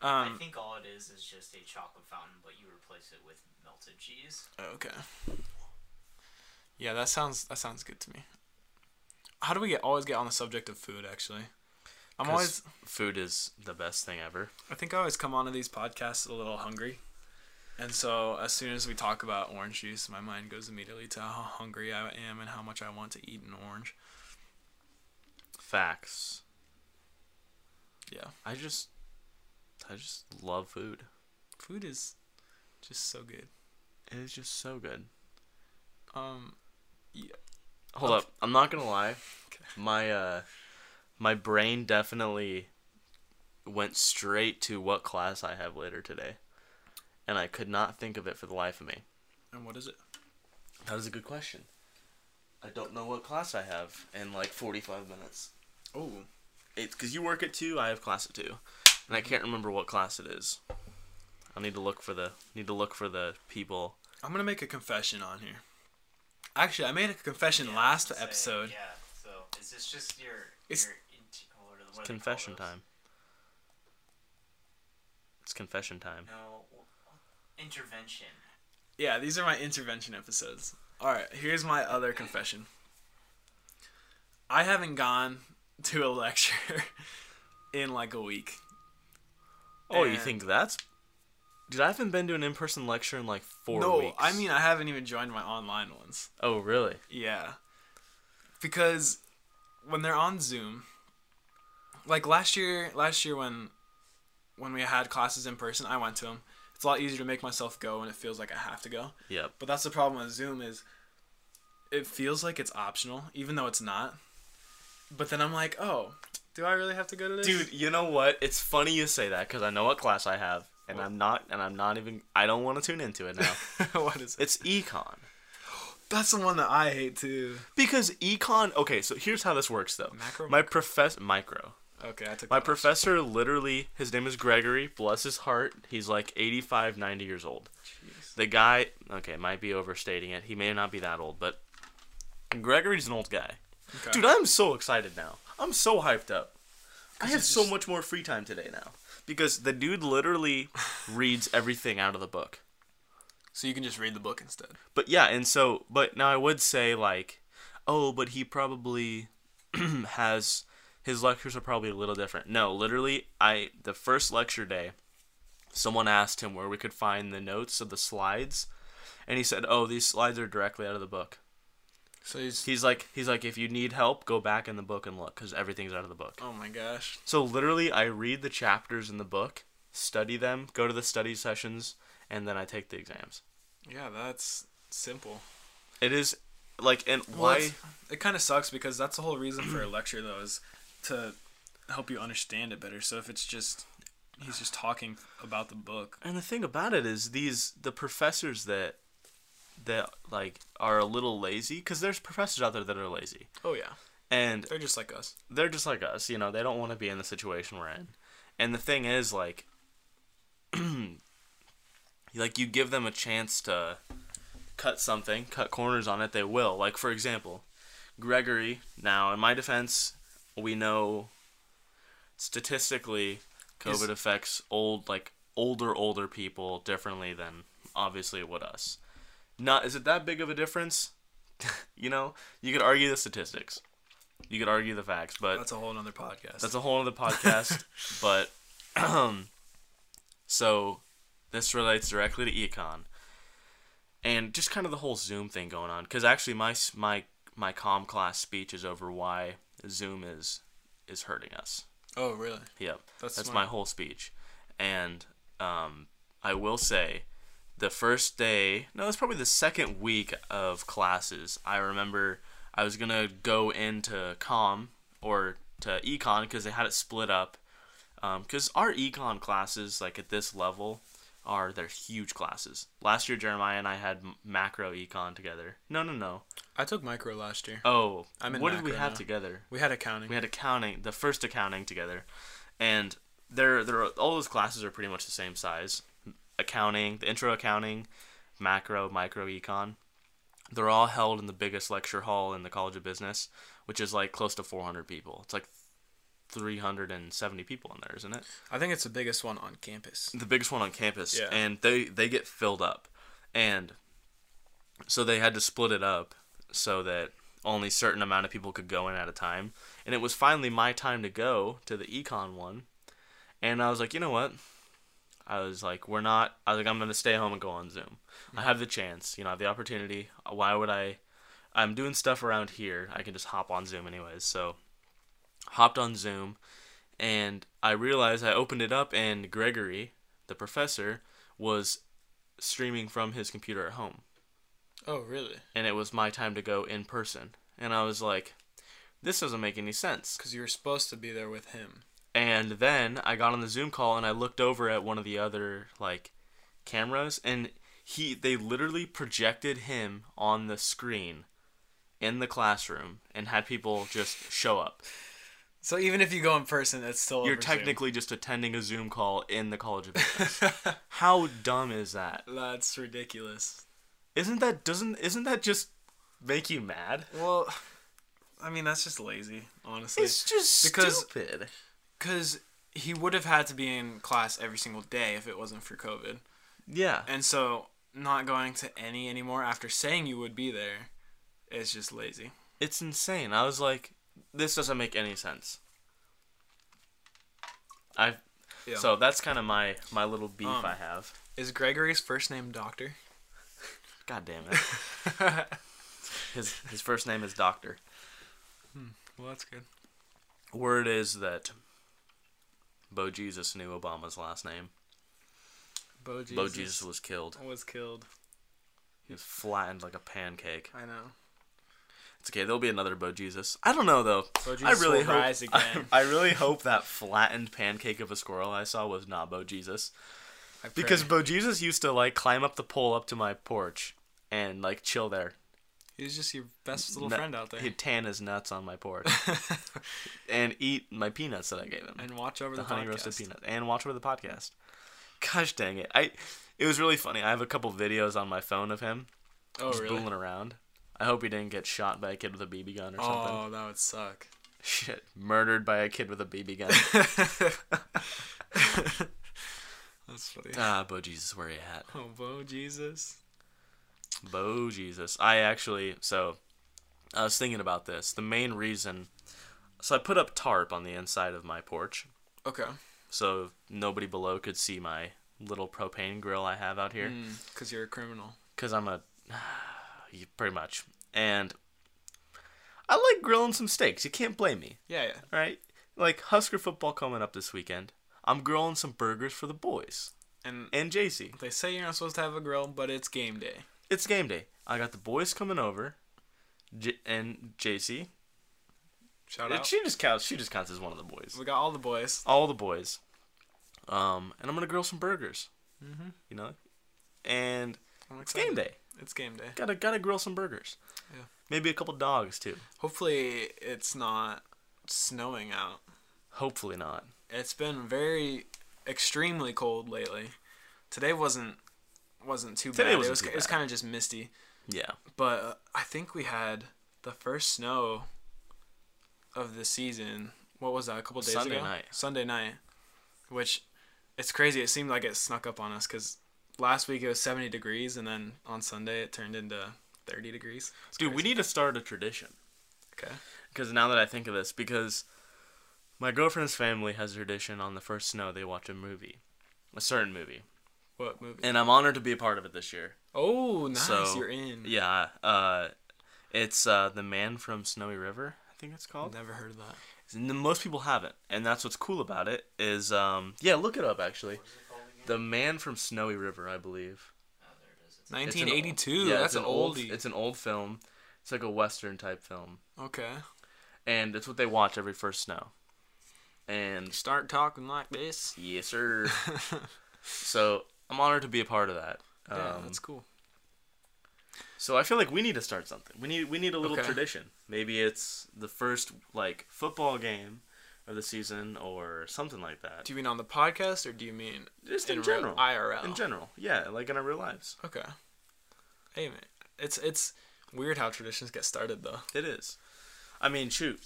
C: Um,
B: I think all it is is just a chocolate fountain, but you replace it with melted cheese.
C: Oh, Okay. Yeah, that sounds that sounds good to me. How do we get always get on the subject of food? Actually, I'm
A: 'Cause
C: always.
A: Food is the best thing ever.
C: I think I always come onto these podcasts a little hungry, and so as soon as we talk about orange juice, my mind goes immediately to how hungry I am and how much I want to eat an orange.
A: Facts.
C: Yeah.
A: I just, I just love food.
C: Food is just so good.
A: It is just so good.
C: Um,
A: Hold up, I'm not gonna lie.
C: Okay.
A: My uh, my brain definitely went straight to what class I have later today, and I could not think of it for the life of me.
C: and what is it?
A: That was a good question. I don't know what class I have in like 45 minutes.
C: Oh,
A: It's because you work at two. I have class at two, and I can't remember what class it is. I need to look for the need to look for the people.
C: I'm gonna make a confession on here. Actually, I made a confession
B: Yeah,
C: last
B: say,
C: episode.
B: yeah. So is this just your
C: It's-
B: your int- what are the- what do they call
A: Confession
B: those?
A: time. It's confession time.
B: No. wh- Intervention.
C: Yeah, these are my intervention episodes. All right, here's my other confession. I haven't gone to a lecture in like a week.
A: Oh, you
C: And-
A: think that's? Dude, I haven't been to an in-person lecture in like four
C: no,
A: weeks.
C: I mean I haven't even joined my online ones.
A: oh really?
C: Yeah. Because when they're on Zoom, like last year, last year when when we had classes in person, I went to them. It's a lot easier to make myself go when it feels like I have to go.
A: Yep.
C: But that's the problem with Zoom is it feels like it's optional, even though it's not. But then I'm like, oh, do I really have to go to this?
A: Dude, you know what? It's funny you say that because I know what class I have, and I'm not, and I'm not even. I don't want to tune into it now.
C: what is it?
A: it's econ
C: That's the one that I hate too.
A: because econ. Okay, so here's how this works though.
C: Macro,
A: My professor micro.
C: Okay, I took
A: My
C: that.
A: professor literally, his name is Gregory. Bless his heart. He's like 85, 90 years old.
C: Jeez.
A: The guy, okay, might be overstating it. He may not be that old, but Gregory's an old guy.
C: Okay.
A: Dude, I'm so excited now. I'm so hyped up. I have
C: it's
A: so
C: just-
A: much more free time today now because the dude literally reads everything out of the book.
C: so you can just read the book instead.
A: But yeah, and so, but now I would say like, oh, but he probably has his lectures are probably a little different. No, literally, I the first lecture day, someone asked him where we could find the notes of the slides, and he said, oh, these slides are directly out of the book.
C: So he's.
A: He's like, he's like, if you need help, go back in the book and look, because everything's out of the book.
C: Oh my gosh.
A: So literally, I read the chapters in the book, study them, go to the study sessions, and then I take the exams.
C: Yeah, that's simple.
A: It is like and
C: Well,
A: why?
C: it's- It kind of sucks because that's the whole reason for a lecture though is to help you understand it better. So if it's just he's just talking about the book.
A: And the thing about it is these the professors that that like are a little lazy because there's professors out there that are lazy
C: Oh yeah,
A: and
C: they're just like us.
A: they're just like us, you know, they don't want to be in the situation we're in. And the thing is like like you give them a chance to cut something, cut corners on it, they will. Like for example, Gregory, now in my defense, we know statistically COVID
C: Is-
A: affects old like older older people differently than obviously it would us. Not is it that big of a difference? you know, you could argue the statistics. You could argue the facts, but
C: That's a whole another podcast.
A: that's a whole other podcast. but so this relates directly to econ and just kind of the whole Zoom thing going on. Because actually, my s- my my comm class speech is over why Zoom is is hurting us.
C: oh really?
A: Yep,
C: That's
A: that's,
C: smart.
A: my whole speech, and um, I will say. The first day, no, it's probably the second week of classes. I remember I was gonna go into com or to econ because they had it split up. Because our econ classes, like at this level, are they're huge classes. Last year, Jeremiah and I had m- macro econ together. No, no, no.
C: I took micro last year.
A: Oh,
C: I'm in
A: what did we
C: macro
A: have
C: now.
A: together?
C: We had accounting.
A: We had accounting, the first accounting together, and they're, they're all those classes are pretty much the same size. Accounting, the intro accounting, macro, micro econ, They're all held in the biggest lecture hall in the College of Business, which is like close to 400 people. It's like 370 people in there, isn't it?
C: I think it's the biggest one on campus.
A: the biggest one on campus
C: Yeah.
A: and they they get filled up and so they had to split it up so that only certain amount of people could go in at a time and it was finally my time to go to the econ one and i was like you know what i was like we're not i was like i'm gonna stay home and go on zoom i have the chance you know i have the opportunity why would i i'm doing stuff around here i can just hop on zoom anyways so hopped on zoom and I realized I opened it up and Gregory, the professor, was streaming from his computer at home.
C: Oh, really?
A: And it was my time to go in person. And I was like, this doesn't make any sense.
C: Because you were supposed to be there with him.
A: And then I got on the Zoom call and I looked over at one of the other like cameras and he they literally projected him on the screen in the classroom and had people just show up.
C: So even if you go in person, it's still
A: You're
C: over Zoom.
A: technically just attending a Zoom call in the College of Business. How dumb is that?
C: That's ridiculous.
A: Isn't that doesn't isn't that just make you mad?
C: Well, I mean that's just lazy, honestly.
A: It's just
C: Because-
A: stupid.
C: Because he would have had to be in class every single day if it wasn't for COVID,
A: Yeah.
C: and so not going to any anymore after saying you would be there is just lazy.
A: It's insane. I was like, this doesn't make any sense. I
C: Yeah.
A: so that's kind of my my little beef
C: Um.
A: I have.
C: Is Gregory's first name Doctor?
A: God damn it.
C: well,
A: His his first name is Doctor.
C: that's good.
A: Word is that Bo Jesus knew Obama's last name.
C: Bo Jesus,
A: Bo Jesus was killed.
C: was killed.
A: He was flattened like a pancake.
C: I know.
A: It's okay. There'll be another Bo Jesus. I don't know though.
C: Bo
A: I
C: Jesus
A: really
C: will
A: hope,
C: rise again.
A: I, really hope that flattened pancake of a squirrel I saw was not Bo Jesus.
C: I pray.
A: Because Bo Jesus used to like climb up the pole up to my porch and like chill there.
C: he's just your best little
A: Nut-
C: friend out there.
A: He'd tan his nuts on my porch and eat my peanuts that I gave him.
C: and watch over
A: the
C: the,
A: honey roasted
C: podcast.
A: peanuts and watch over the podcast. Gosh dang it. I it was really funny. I have a couple videos on my phone of him
C: Oh
A: just
C: really?
A: fooling around. I hope he didn't get shot by a kid with a BB gun or something.
C: Oh, that would suck.
A: Shit, murdered by a kid with a BB gun.
C: That's funny.
A: ah, Bo Jesus, where you at?
C: Oh, Bo Jesus.
A: Bo Jesus. I actually so I was thinking about this. The main reason so I put up tarp on the inside of my porch
C: Okay.
A: so nobody below could see my little propane grill I have out
C: Mm.
A: here
C: Because you're a criminal.
A: cuz I'm a you- pretty much. And I like grilling some steaks. You can't blame me,
C: Yeah, yeah.
A: all right? Like Husker football coming up this weekend. I'm grilling some burgers for the boys
C: And
A: and JC.
C: they say you're not supposed to have a grill, but it's game day.
A: it's game day. I got the boys coming over, J- and JC.
C: Shout
A: She just counts. She just counts as one of the boys.
C: We got all the boys.
A: All the boys. Um, and I'm gonna grill some burgers.
C: Mhm.
A: You know, and
C: I'm
A: it's game
C: excited.
A: day.
C: It's game day.
A: Gotta gotta grill some burgers.
C: Yeah.
A: Maybe a couple dogs too.
C: Hopefully, it's not snowing out.
A: Hopefully not.
C: It's been very extremely cold lately. Today wasn't wasn't too
A: Today
C: bad.
A: wasn't
C: it was
A: too
C: it was
A: bad.
C: kind of just misty.
A: Yeah.
C: But uh, I think we had the first snow of the season. What was that? A couple days
A: Sunday
C: ago.
A: night.
C: Sunday night. Which, it's crazy. It seemed like it snuck up on us because last week it was seventy degrees, and then on Sunday it turned into thirty degrees. It's
A: Dude, we
C: crazy.
A: need to start a tradition.
C: Okay.
A: Because now that I think of this, because my girlfriend's family has a tradition on the first snow they watch a movie, a certain movie,
C: What movie?
A: and I'm honored to be a part of it this year.
C: oh, nice!
A: So,
C: You're in.
A: Yeah, uh, it's uh, the man from Snowy River. I think it's called.
C: Never heard of that.
A: And the- most people haven't, and that's what's cool about it. Is um, yeah, look it up actually.
B: What is it called again?
A: The man from Snowy River, I believe.
B: Oh, there it is. It's-
A: It's an-
C: 1982.
A: yeah,
C: That's
A: it's
C: an
A: old.
C: oldie.
A: It's an old film. It's like a western type film,
C: okay.
A: and it's what they watch every first snow. And
C: Start talking like this.
A: yes, sir.
C: yeah,
A: so I'm honored to be a part of that. Um,
C: that's cool.
A: So I feel like we need to start something. We need we need a little
C: Okay.
A: tradition. Maybe it's the first like football game of the season or something like that.
C: Do you mean on the podcast or do you mean
A: Just in,
C: real-
A: general.
C: IRL.
A: in general, yeah, like in our real lives.
C: Okay. Hey man, it's it's Weird how traditions get started though.
A: It is. I mean, shoot.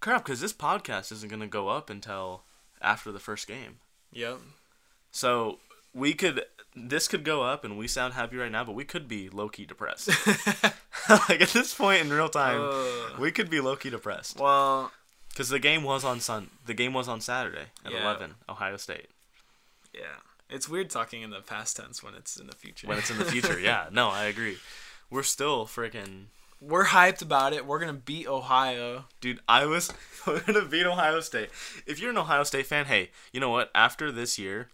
A: Crap, because this podcast isn't going to go up until after the first game.
C: Yep.
A: So we could. This could go up, and we sound happy right now, but we could be low key depressed. like at this point in real time,
C: Ugh.
A: we could be low key depressed
C: well,
A: because the game was on sun. The game was on Saturday at
C: Yeah.
A: eleven, Ohio State.
C: yeah. It's weird talking in the past tense when it's in the future.
A: When it's in the future, yeah. No, I agree. We're still freaking
C: We're hyped about it. We're gonna beat Ohio.
A: Dude, I was we're gonna beat Ohio State. If you're an Ohio State fan, hey, you know what? After this year,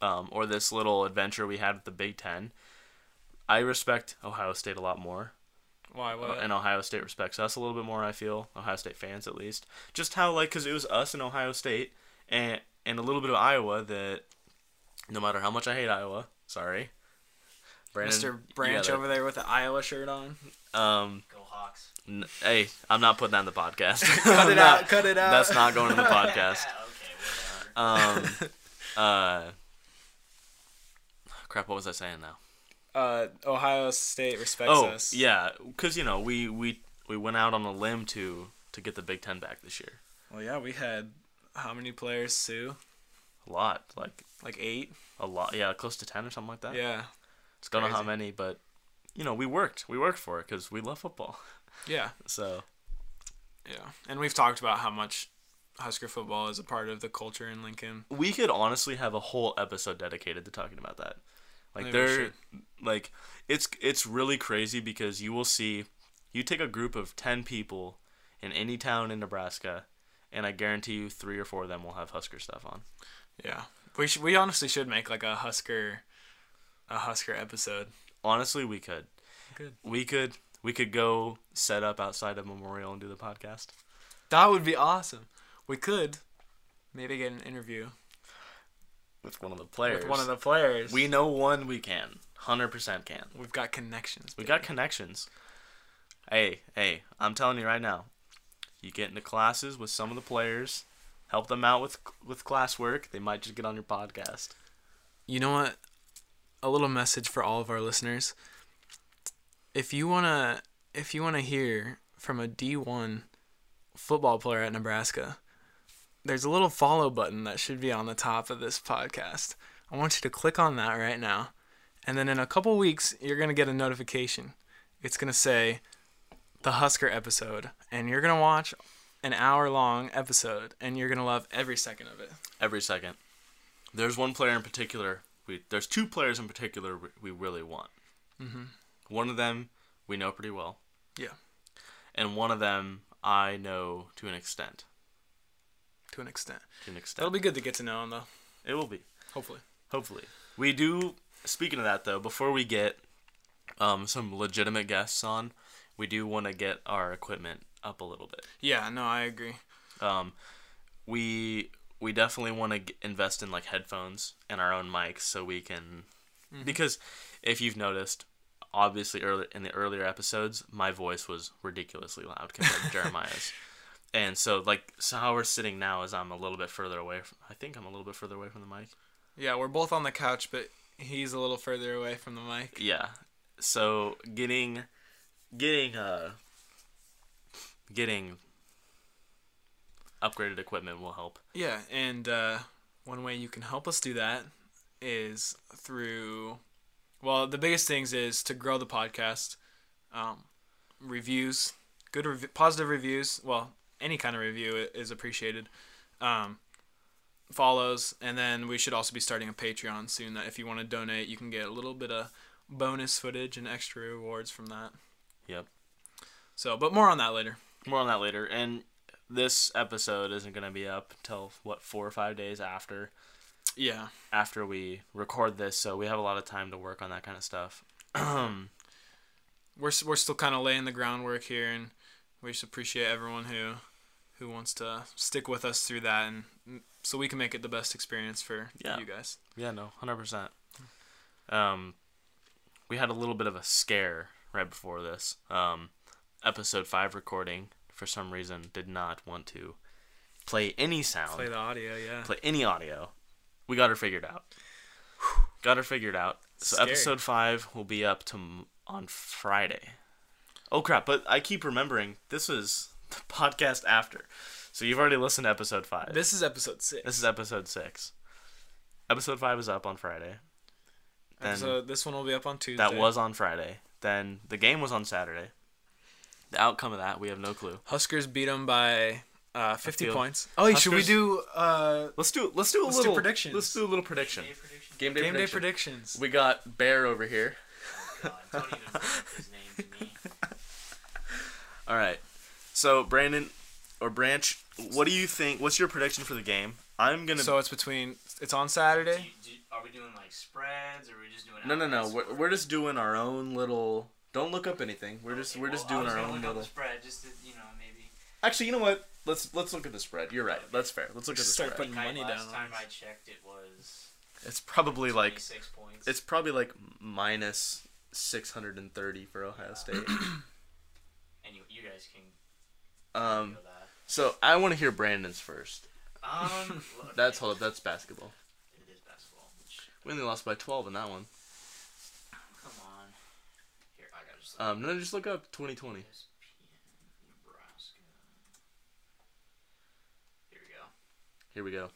A: um, or this little adventure we had with the Big Ten, I respect Ohio State a lot more, uh,
C: Why? What?
A: Oh, and Ohio State respects us a little bit more. I feel Ohio State fans, at least, just how like because it was us and Ohio State and and a little bit of Iowa that, no matter how much I hate Iowa, sorry, Brandon,
C: Mr.
A: you
C: Branch
A: got it.
C: over there with the Iowa shirt on.
A: Um,
B: Go Hawks.
A: n- hey, I'm not putting that in the podcast.
C: Cut
A: I'm
C: it
A: not-
C: out. Cut it out.
A: That's not going in the podcast.
B: okay, whatever.
A: Um, uh, crap. What was I saying now?
C: Uh, Ohio State respects
A: Oh,
C: us.
A: yeah, because you know we we we went out on a limb to to get the Big Ten back this year.
C: Well, yeah, we had how many players sue?
A: A lot, like
C: Like eight.
A: a lot. Yeah, close to ten or something like that.
C: Yeah.
A: it's don't know how
C: crazy.
A: many, but you know we worked. We worked for it because we love football.
C: Yeah.
A: So
C: Yeah. And we've talked about how much Husker football is a part of the culture in Lincoln.
A: we could honestly have a whole episode dedicated to talking about that. Like
C: Maybe we
A: they're like it's it's really crazy because you will see you take a group of 10 people in any town in Nebraska and I guarantee you 3 or 4 of them will have Husker stuff on.
C: Yeah. We should, we honestly should make like a Husker a Husker episode.
A: Honestly, we could.
C: Good.
A: We could we could go set up outside of Memorial and do the podcast.
C: That would be awesome. We could maybe get an interview
A: With one of the players.
C: with one of the players.
A: We know one we can. 100% can.
C: we've got connections.
A: We
C: baby.
A: got connections. Hey, hey, I'm telling you right now. You get into classes with some of the players, help them out with with classwork. They might just get on your podcast.
C: you know what? A little message for all of our listeners. If you wanna, if you wanna hear from a D one football player at Nebraska, there's a little follow button that should be on the top of this podcast. I want you to click on that right now, and then in a couple weeks, you're gonna get a notification. It's gonna say the Husker episode, and you're gonna watch an hour long episode, and you're gonna love every second of it.
A: Every second. There's one player in particular. We there's two players in particular we- we really want. Mm-hmm. One of them we know pretty well,
C: Yeah,
A: and one of them I know to an extent.
C: to an extent.
A: To an extent,
C: That'll be good to get to know him though.
A: it will be.
C: Hopefully.
A: Hopefully. We do speaking of that though, before we get um some legitimate guests on, we do want to get our equipment up a little bit.
C: Yeah, no, I agree.
A: Um we we definitely want to g- invest in like headphones and our own mics so we can because if you've noticed obviously early in the earlier episodes my voice was ridiculously loud compared to Jeremiah's. And so like so how we're sitting now is I'm a little bit further away from, I think I'm a little bit further away from the mic.
C: Yeah, we're both on the couch, but he's a little further away from the mic.
A: yeah so getting getting uh getting upgraded equipment will help
C: Yeah, and uh, one way you can help us do that is through, well, the biggest things is to grow the podcast, um, reviews, good rev- positive reviews. Well, any kind of review i- is appreciated. Um, follows, and then we should also be starting a Patreon soon. That if you want to donate, you can get a little bit of bonus footage and extra rewards from that.
A: yep
C: So, but more on that later.
A: more on that later and this episode isn't going to be up until what four or five days after
C: Yeah.
A: after we record this so we have a lot of time to work on that kind of stuff um
C: we're s- we're still kind of laying the groundwork here, and we just appreciate everyone who who wants to stick with us through that, and mm, so we can make it the best experience for
A: Yeah.
C: you guys.
A: yeah no 100% um we had a little bit of a scare right before this um episode 5 recording for some reason did not want to play any sound
C: Play the audio, yeah.
A: play any audio. We got her figured out. got her figured out. So
C: Scary.
A: episode five will be up to on Friday. Oh crap! But I keep remembering this was the podcast after, so you've already listened to episode five.
C: This is episode six.
A: This is episode six. Episode five is up on Friday. Then
C: episode, this one will be up on Tuesday.
A: that was on Friday. Then the game was on Saturday. The outcome of that we have no clue.
C: Huskers beat them by uh, 50
A: feel-
C: points. Oh, wait, should we
A: Huskers-
C: do uh,
A: Let's do let's do a
C: Let's do
A: little
C: predictions.
A: Let's do a little prediction.
B: Any prediction?
A: Game day,
C: game day
A: prediction.
C: predictions?
A: We got Bear over here.
B: God, don't even bring up his name to me.
A: All right. So Brandon or Branch, what do you think? What's your prediction for the game? I'm gonna.
C: So it's between. It's on
B: Do
C: Saturday.
B: you, do, are we doing like spreads, or are we just doing?
A: no, no, no.
B: outright
A: We're,
B: score?
A: we're just doing our own little. Don't look up anything. We're just
B: Okay,
A: we're just
B: well, I
A: doing
B: was
A: our
B: gonna
A: own
B: look up the
A: little.
B: spread, just to, you know, maybe.
A: Actually, you know what? Let's let's look at the spread. You're right. That's fair. Let's look at the
C: Just start
A: spread.
C: putting
B: Like,
C: money
B: last
C: down.
B: time I checked, it was
A: It's probably like
B: six points.
A: it's probably like minus 630 for Ohio State.
B: and you, you guys can
A: Um,
B: know that.
A: so I want to hear Brandon's first.
B: Um,
A: That's hold up. That's basketball.
B: It is basketball. which-
A: We only lost by 12 in that one.
B: Come on. Here, I gotta just.
A: Um, no, just look up 2020.
B: ESPN, Nebraska. Here we go.
A: Here we go.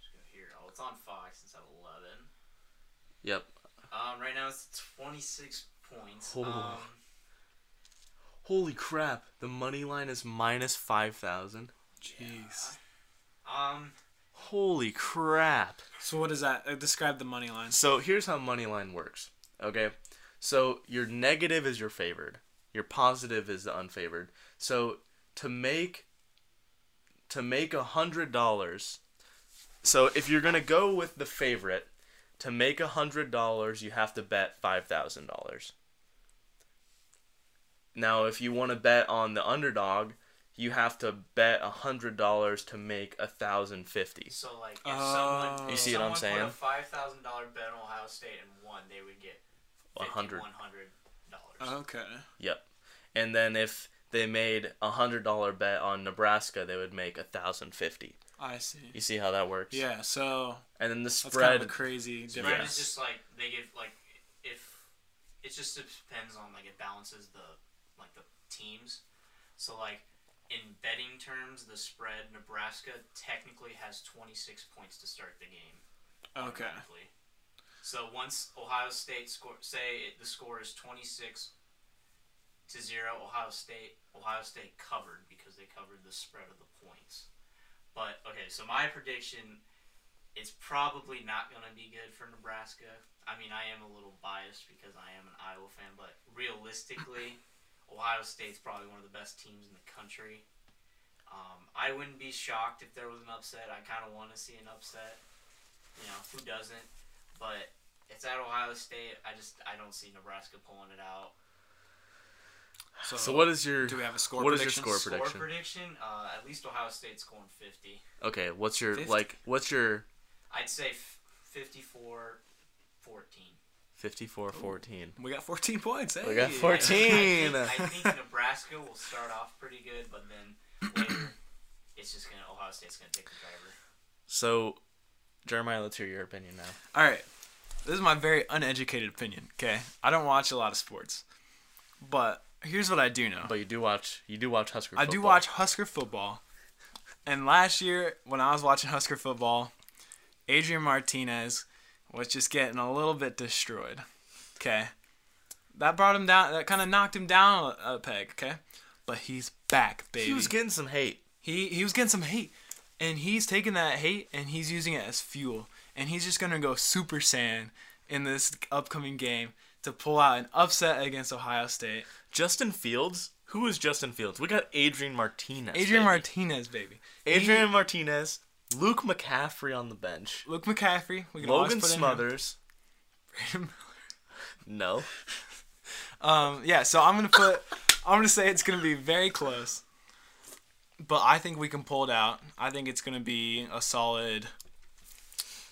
B: Just go here. Oh, it's on Fox. It's at eleven.
A: Yep.
B: Um, right now it's twenty six points.
A: Oh.
B: Um,
A: Holy crap! The money line is minus 5,000.
C: Jeez.
B: um,
A: Holy crap!
C: So what is that? Uh, describe the money line.
A: So here's how money line works. Okay, so your negative is your favored, your positive is the unfavored. So to make to make a hundred dollars, so if you're gonna go with the favorite, to make a hundred dollars, you have to bet five thousand dollars. Now, if you want to bet on the underdog, you have to bet a hundred dollars to make a thousand fifty.
B: so like if
C: Oh.
B: someone,
A: You
B: if
A: see what I'm
B: someone put
A: saying?
B: a five thousand dollar bet on Ohio State and won, they would get
A: A hundred.
B: one hundred dollars.
C: Okay.
A: Yep. And then if they made a hundred dollar bet on Nebraska, they would make a thousand fifty.
C: I see.
A: You see how that works?
C: Yeah. So
A: And then the
C: that's kind
A: spread.
C: of a crazy difference.
B: Spread
A: yes.
B: is just like they give like if it just depends on like it balances the like the teams. So like in betting terms, the spread Nebraska technically has twenty six points to start the game.
C: Okay.
B: automatically. So once Ohio State score, say it, the score is twenty six to zero, Ohio State, Ohio State covered because they covered the spread of the points. But okay, so my prediction, it's probably not going to be good for Nebraska. I mean, I am a little biased because I am an Iowa fan, but realistically, Ohio State's probably one of the best teams in the country. Um, I wouldn't be shocked if there was an upset. I kind of want to see an upset. You know, who doesn't? But it's at Ohio State. I just I don't see Nebraska pulling it out.
C: So,
A: so what is your
C: do we have a score?
A: what is your
C: prediction?
A: score? Prediction.
B: Score prediction? Uh, at least Ohio State's going 50.
A: okay? What's your
C: 50?
A: like? What's your
B: I'd say f- 54 14.
A: 54-14?
C: We got 14 points. Hey.
A: We got 14.
B: I think,
A: 14.
B: I think Nebraska will start off pretty good, but then later it's just going to, Ohio State's going to take the driver.
A: So, Jeremiah, let's hear your opinion now.
C: All right. This is my very uneducated opinion. Okay. I don't watch a lot of sports, but here's what I do know.
A: But you do watch you do watch Husker.
C: I do
A: football.
C: watch Husker football. And last year, when I was watching Husker football, Adrian Martinez was just getting a little bit destroyed. Okay. That brought him down. That kind of knocked him down a a peg. Okay. But he's back, baby.
A: He was getting some hate.
C: He he was getting some hate, and he's taking that hate and he's using it as fuel, and he's just gonna go Super Saiyan in this upcoming game to pull out an upset against Ohio State.
A: Justin Fields. Who is Justin Fields? We got Adrian Martinez.
C: Adrian
A: baby.
C: Martinez, baby.
A: Adrian Martinez. Luke McCaffrey on the bench.
C: Luke McCaffrey. We can always
A: Logan
C: put in him.
A: Smothers. No.
C: um, yeah. So I'm gonna put. I'm gonna say it's gonna be very close, but I think we can pull it out. I think it's gonna be a solid.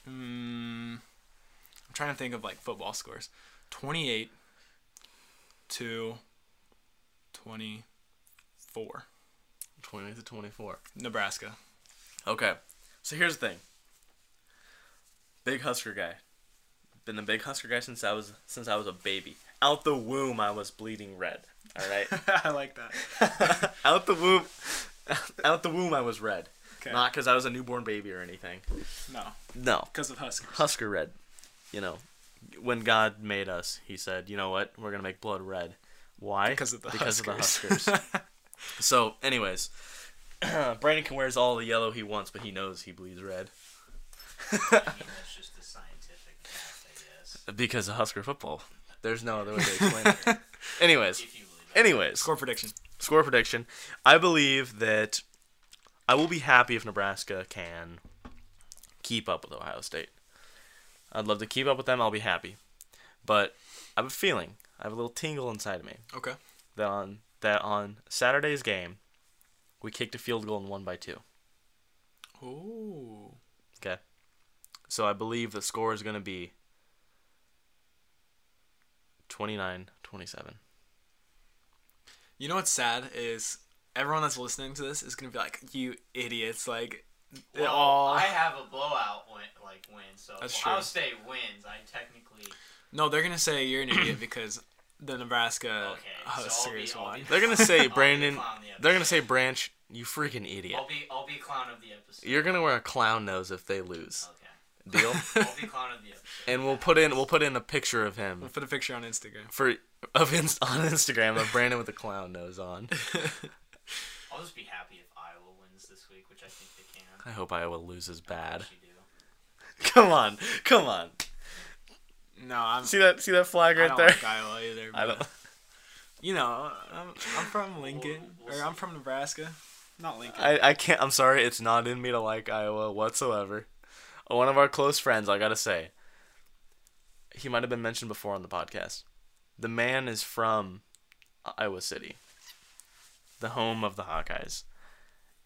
C: Hmm. I'm trying to think of like football scores. 28 to 24.
A: Twenty to twenty-four.
C: Nebraska.
A: Okay. So here's the thing. Big Husker guy. been a big Husker guy since I was since I was a baby. Out the womb, I was bleeding red. All right.
C: I like that.
A: out the womb, out the womb, I was red.
C: Okay.
A: Not because I was a newborn baby or anything.
C: no,
A: No,
C: because of Huskers.
A: Husker red. You know, when God made us, He said, "You know what? We're gonna make blood red. Why?
C: Because of the
A: because of
C: Huskers.
A: the Huskers." so, anyways, Brandon can wears all the yellow he wants, but he knows he bleeds red
B: I mean, that's just the scientific fact, I guess.
A: because of Husker football. There's no other way to explain it. Anyways,
B: If you believe it.
A: anyways,
C: Score prediction.
A: score prediction. I believe that I will be happy if Nebraska can keep up with Ohio State. I'd love to keep up with them. I'll be happy, but I have a feeling. I have a little tingle inside of me
C: Okay.
A: that on that on Saturday's game, we kicked a field goal and won by two.
C: Ooh.
A: Okay, so I believe the score is going to be 29-27.
C: You know what's sad is everyone that's listening to this is gonna be like, "You idiots!" Like, it
B: Well,
C: all-
B: I have a blowout win, like win. So
C: That's
B: if Ohio
C: true.
B: State wins. I technically
C: no, they're gonna say you're an idiot because the Nebraska
B: okay.
C: Huskers
B: so I'll be, I'll
C: won.
B: be,
A: They're gonna
B: I'll
A: say
B: be
A: Brandon.
B: clown the episode.
A: They're gonna say Branch. You freaking idiot.
B: I'll be I'll be clown of the episode.
A: You're gonna wear a clown nose if they lose.
B: Okay.
A: Deal.
B: I'll be clown of the episode.
A: and we'll put in we'll put in a picture of him
C: We'll put a picture on Instagram.
A: for of inst- on Instagram of Brandon with a clown nose on.
B: I'll just be happy if Iowa wins this week, which I think they can.
A: I hope Iowa loses bad.
B: Yes, you do.
A: Come on, come on.
C: No, I'm.
A: See that see that flag
C: I
A: right
C: don't
A: there.
C: like Iowa either.
A: I
C: but,
A: don't.
C: You know, I'm, I'm from Lincoln,
B: We'll- we'll
C: or I'm
B: see.
C: from Nebraska. Not Lincoln.
A: I, I can't. I'm sorry. It's not in me to like Iowa whatsoever. One of our close friends, I gotta say, he might have been mentioned before on the podcast. The man is from Iowa City, the home of the Hawkeyes,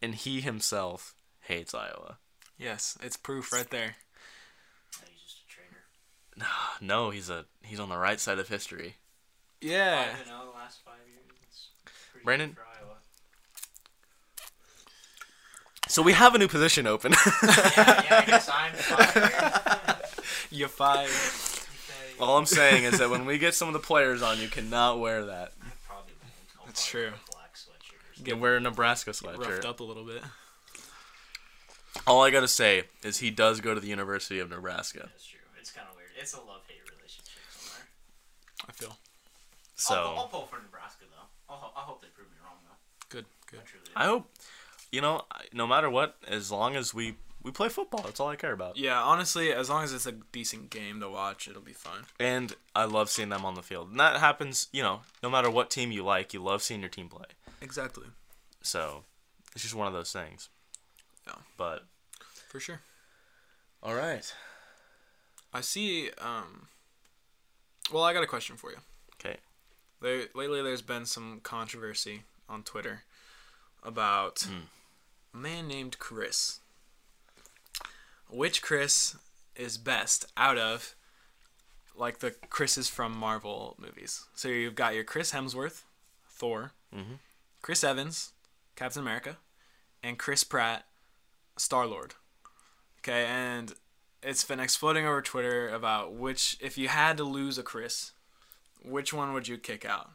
A: and he himself hates Iowa.
C: yes, it's proof right there.
B: No, he's just a traitor.
A: No, he's a he's on the right side of history.
C: Yeah.
B: Five and zero the last five years. It's pretty
A: Eh. Brandon-
B: good for Iowa.
A: So we have a new position open.
B: yeah, yeah, I guess I'm fired.
C: You five.
B: Okay.
A: All I'm saying is that when we get some of the players on, you cannot wear that.
B: I probably won't. I'll
C: That's
B: probably wear
C: true.
B: a Black sweatshirt. or
A: You can wear a Nebraska sweatshirt.
C: Roughed up a little bit.
A: All I gotta say is he does go to the University of Nebraska.
B: That's true. It's kind of weird. It's a love hate relationship somewhere.
C: I feel
A: So.
B: I'll, I'll pull for Nebraska though. I'll, ho- I hope they prove me wrong though.
C: good. Good.
B: I truly.
A: I hope, you know, I- no matter what, as long as we we play football, that's all I care about.
C: Yeah, honestly, as long as it's a decent game to watch, it'll be fun.
A: And I love seeing them on the field. And that happens, you know, no matter what team you like, you love seeing your team play.
C: Exactly.
A: So it's just one of those things.
C: Yeah.
A: But
C: For sure.
A: all right,
C: I see. Um, well, I got a question for you.
A: okay,
C: There, lately, there's been some controversy on Twitter about a man named Chris. Which Chris is best out of, like, the Chris's from Marvel movies? So you've got your Chris Hemsworth, Thor, Chris Evans, Captain America, and Chris Pratt, Star Lord. Okay, and it's been exploding over Twitter about which, if you had to lose a Chris, which one would you kick out?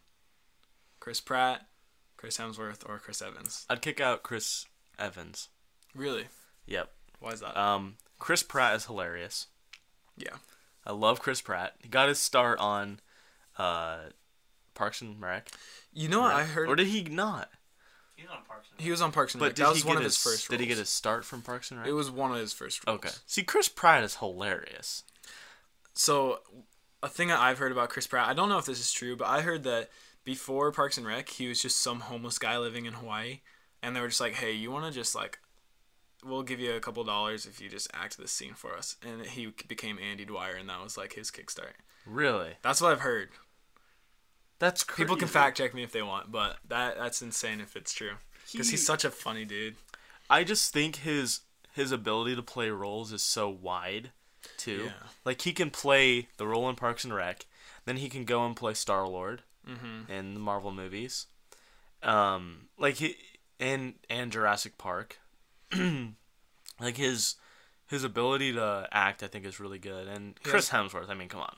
C: Chris Pratt, Chris Hemsworth, or Chris Evans?
A: I'd kick out Chris Evans.
C: Really?
A: Yep.
C: Why is that?
A: Um, Chris Pratt is hilarious.
C: yeah.
A: I love Chris Pratt. He got his start on, uh, Parks and Rec.
C: You know what I
A: Or
C: heard?
A: did he not?
B: He's on Parks and
C: He was on Parks and
A: But
C: Rec.
A: did
C: That
A: he
C: was
A: get
C: one of
A: his,
C: his first.
A: Did he
C: roles.
A: get his start from Parks and Rec?
C: It was one of his first. Roles.
A: Okay. See, Chris Pratt is hilarious.
C: So, a thing that I've heard about Chris Pratt, I don't know if this is true, but I heard that before Parks and Rec, he was just some homeless guy living in Hawaii, and they were just like, "Hey, you want to just like, we'll give you a couple dollars if you just act this scene for us." And he became Andy Dwyer, and that was like his kickstart.
A: Really?
C: That's what I've heard.
A: That's crazy.
C: People can fact check me if they want, but that that's insane if it's true. Because
A: He-
C: he's such a funny dude.
A: I just think his his ability to play roles is so wide, too.
C: Yeah.
A: Like he can play the role in Parks and Rec, then he can go and play Star Lord
C: Mm-hmm.
A: in the Marvel movies, um, like he and and Jurassic Park. like his His ability to act, I think, is really good. And
C: He
A: Chris Hemsworth, I mean, come on.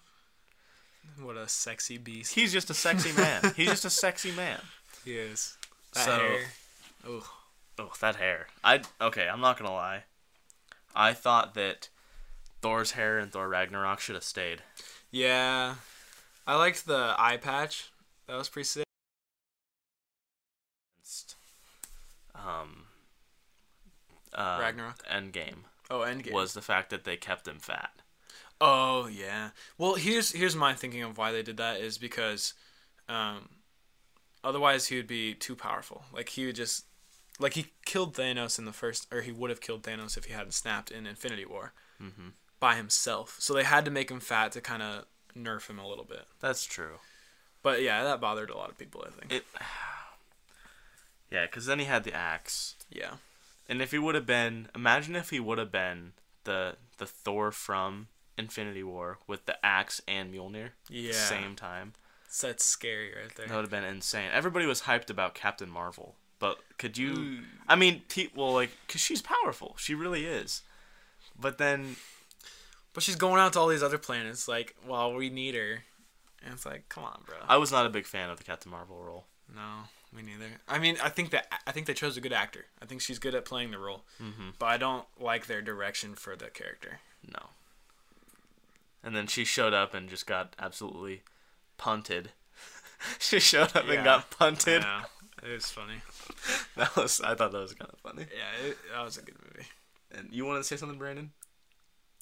C: What a sexy beast
A: He's just a sexy man. He's just a sexy man.
C: he is. That
A: So-
C: hair. Ugh.
A: Oh, that hair. I okay, I'm not gonna lie. I thought that Thor's hair and Thor Ragnarok should have stayed.
C: Yeah. I liked the eye patch. That was pretty sick.
A: Um uh,
C: Ragnarok?
A: Endgame
C: Oh, Endgame.
A: was the fact that they kept him fat.
C: Oh yeah. Well, here's here's my thinking of why they did that is because, um, otherwise he would be too powerful. Like he would just, like he killed Thanos in the first, or he would have killed Thanos if he hadn't snapped in Infinity War
A: Mhm.
C: by himself. So they had to make him fat to kind of nerf him a little bit.
A: That's true.
C: But yeah, that bothered a lot of people. I think.
A: It Yeah, cuz then he had the axe.
C: yeah.
A: And if he would have been imagine if he would have been the the Thor from Infinity War with the axe and Mjolnir at
C: Yeah.
A: the same time.
C: So that's scary right there.
A: That would have been insane. Everybody was hyped about Captain Marvel, but could you? I mean, pe- well, like, cause she's powerful. She really is. But then,
C: But she's going out to all these other planets. Like, well, we need her. And it's like, come on, bro.
A: I was not a big fan of the Captain Marvel role.
C: No, me neither. I mean, I think that I think they chose a good actor. I think she's good at playing the role,
A: Mm-hmm.
C: but I don't like their direction for the character.
A: No. And then she showed up and just got absolutely punted. she showed up
C: Yeah.
A: and got punted.
C: Yeah, it was funny.
A: That was. I thought that was kind of funny.
C: Yeah, it, that was a good movie.
A: And you wanted to say something, Brandon?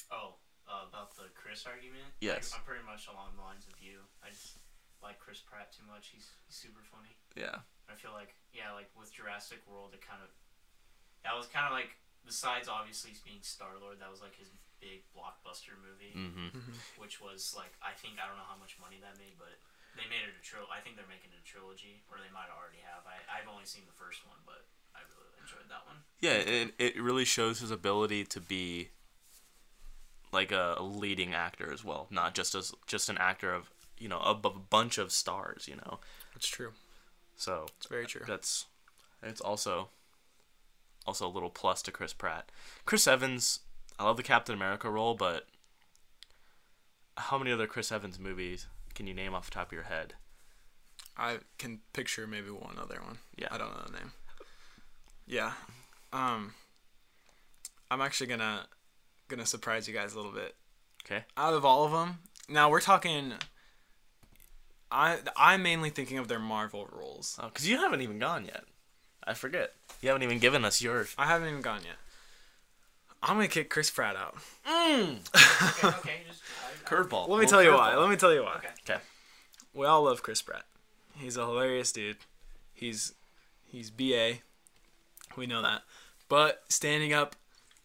B: Oh, uh, about the Chris argument.
A: Yes.
B: I'm pretty much along the lines of you. I just like Chris Pratt too much. He's, he's super funny.
A: Yeah.
B: I feel like yeah, like with Jurassic World, it kind of that was kind of like besides obviously being Star Lord, that was like his big blockbuster movie,
A: Mm-hmm.
B: which was like I think I don't know how much money that made, but they made it a tril. I think they're making it a trilogy, or they might already have. I I've only seen the first one, but I really enjoyed that one.
A: Yeah, it it really shows his ability to be like a, a leading actor as well, not just as just an actor of you know a bu- bunch of stars, you know.
C: It's true.
A: So
C: It's very true.
A: that's it's also also a little plus to Chris Pratt. Chris Evans, I love the Captain America role, but how many other Chris Evans movies can you name off the top of your head?
C: I can picture maybe one other one.
A: Yeah.
C: I don't know the name. Yeah. Um I'm actually going to going to surprise you guys a little bit.
A: Okay.
C: Out of all of them, now we're talking I I'm mainly thinking of their Marvel roles.
A: Oh, cuz you haven't even gone yet. I forget. You haven't even given us yours.
C: I haven't even gone yet. I'm gonna kick Chris Pratt out.
B: Okay, okay, just I,
A: Curveball.
C: Let me tell you why. Let me tell you why.
B: Okay.
A: Okay.
C: We all love Chris Pratt. He's a hilarious dude. He's he's BA. We know that. But standing up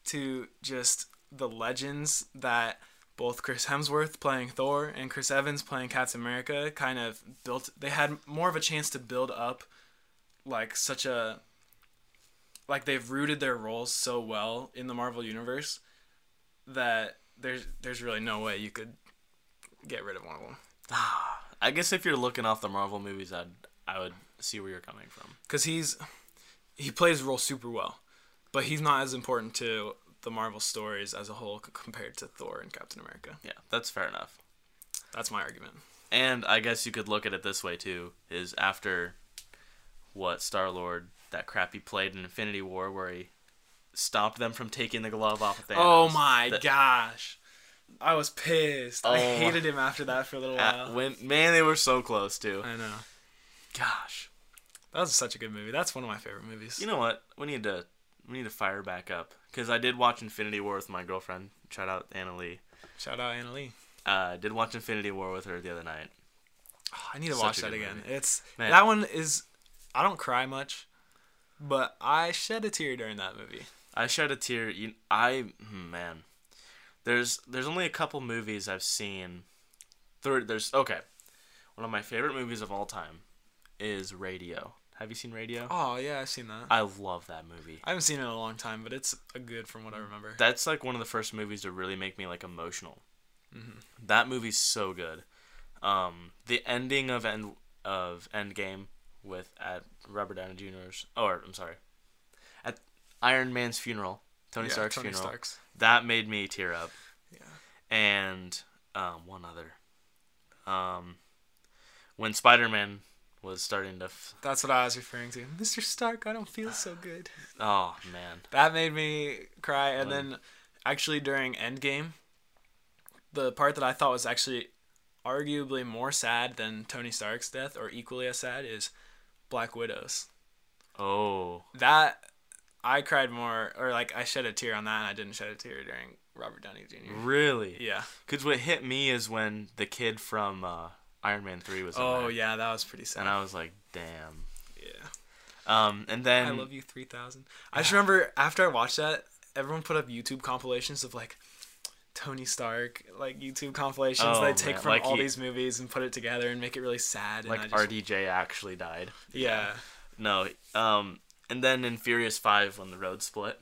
C: to just the legends that both Chris Hemsworth playing Thor and Chris Evans playing Captain America kind of built they had more of a chance to build up like such a like they've rooted their roles so well in the Marvel universe that there's there's really no way you could get rid of one of them.
A: I guess if you're looking off the Marvel movies, I'd I would see where you're coming from.
C: because he's he plays the role super well, but he's not as important to the Marvel stories as a whole c- compared to Thor and Captain America.
A: Yeah, that's fair enough.
C: That's my argument.
A: And I guess you could look at it this way too: is after what Star Lord that crap he played in Infinity War, where he stopped them from taking the glove off of Thanos.
C: oh my
A: That-
C: gosh, I was pissed. I
A: Oh.
C: hated him after that for a little
A: at-
C: while.
A: Uh, when man, they were so close to.
C: I know.
A: Gosh,
C: That was such a good movie. That's one of my favorite movies.
A: you know what? We need to we need to fire back up because I did watch Infinity War with my girlfriend. Shout out Anna Lee.
C: Shout out Anna Lee.
A: Uh, did watch Infinity War with her the other night.
C: Oh, I need to
A: Such
C: watch
A: a
C: that
A: good
C: again.
A: movie.
C: It's
A: Man.
C: that one is. I don't cry much, but I shed a tear during that movie.
A: I shed a tear. You, I hmm, man, there's there's only a couple movies I've seen. Third, there's okay. One of my favorite movies of all time is Radio. Have you seen Radio?
C: Oh yeah, I've seen that.
A: I love that movie.
C: I haven't seen it in a long time, but it's a good from what I remember.
A: That's like one of the first movies to really make me like emotional. That movie's so good. Um, the ending of end of Endgame with at Robert Downey Jr.'s or I'm sorry, at Iron Man's funeral, Tony Stark's funeral.
C: Stark's.
A: that made me tear up.
C: Yeah.
A: And um, one other. Um, when Spider Man was starting to. F-
C: That's what I was referring to. Mr. Stark, I don't feel so good.
A: oh, man.
C: That made me cry. And
A: Lame.
C: then, actually, during Endgame, the part that I thought was actually arguably more sad than Tony Stark's death, or equally as sad, is Black Widow's.
A: Oh.
C: That I cried more, or like I shed a tear on that, and I didn't shed a tear during Robert Downey Jr.
A: Really?
C: Yeah.
A: Because what hit me is when the kid from uh, Iron Man 3 was in
C: Oh
A: there.
C: yeah, that was pretty sad.
A: And I was like, damn.
C: yeah.
A: Um, and Ah. then.
C: I love you 3000. I just remember after I watched that, everyone put up YouTube compilations of like Tony Stark, like YouTube compilations
A: Oh,
C: they take
A: man,
C: from
A: like
C: all
A: he-
C: these movies and put it together and make it really sad.
A: Like
C: and I just,
A: RDJ actually died.
C: Yeah.
A: No. Um, and then in Furious 5, when the road split,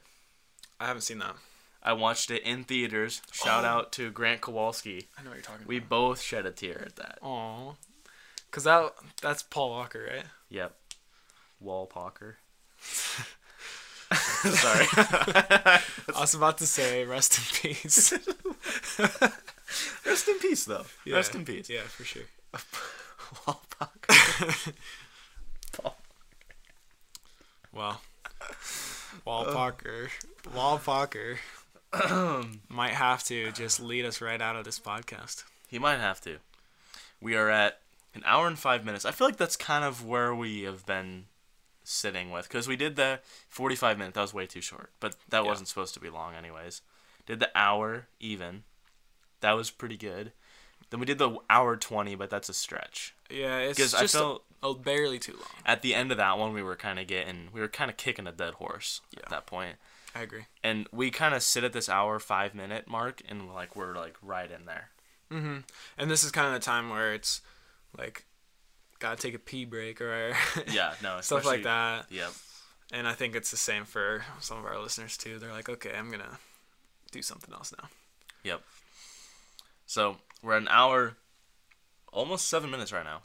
C: I haven't seen that.
A: I watched it in theaters. Shout
C: Oh.
A: out to Grant Kowalski.
C: I know what you're talking
A: We
C: about.
A: both shed a tear at that.
C: We. Aw. Because that, that's Paul Walker, right?
A: Yep. Wall Pocker. Sorry. Rest
C: I was about to say, rest in peace.
A: in peace, though.
C: Yeah.
A: Rest in peace.
C: Yeah, for sure.
A: Wall Pocker.
C: Well, Wall
A: Uh.
C: Walker, Wall Walker might have to just lead us right out of this podcast.
A: He might have to. We are at an hour and five minutes. I feel like that's kind of where we have been sitting with because we did the 45 minute. That was way too short, but that
C: Yeah.
A: wasn't supposed to be long, anyways. Did the hour even. That was pretty good. Then we did the hour 20, but that's a stretch.
C: Yeah, it's
A: Because
C: just
A: I felt
C: oh, barely too long.
A: at the end of that one, we were kind of getting, we were kind of kicking a dead horse
C: Yeah.
A: at that point.
C: I agree.
A: And we kind of sit at this hour five minute mark, and we're like we're like right in there.
C: hmm And this is kind of the time where it's like, gotta take a pee break or
A: Yeah, no,
C: stuff like
A: especially-
C: that.
A: Yep.
C: And I think it's the same for some of our listeners too. They're like, okay, I'm gonna do something else now.
A: Yep. So we're an hour, almost seven minutes right now.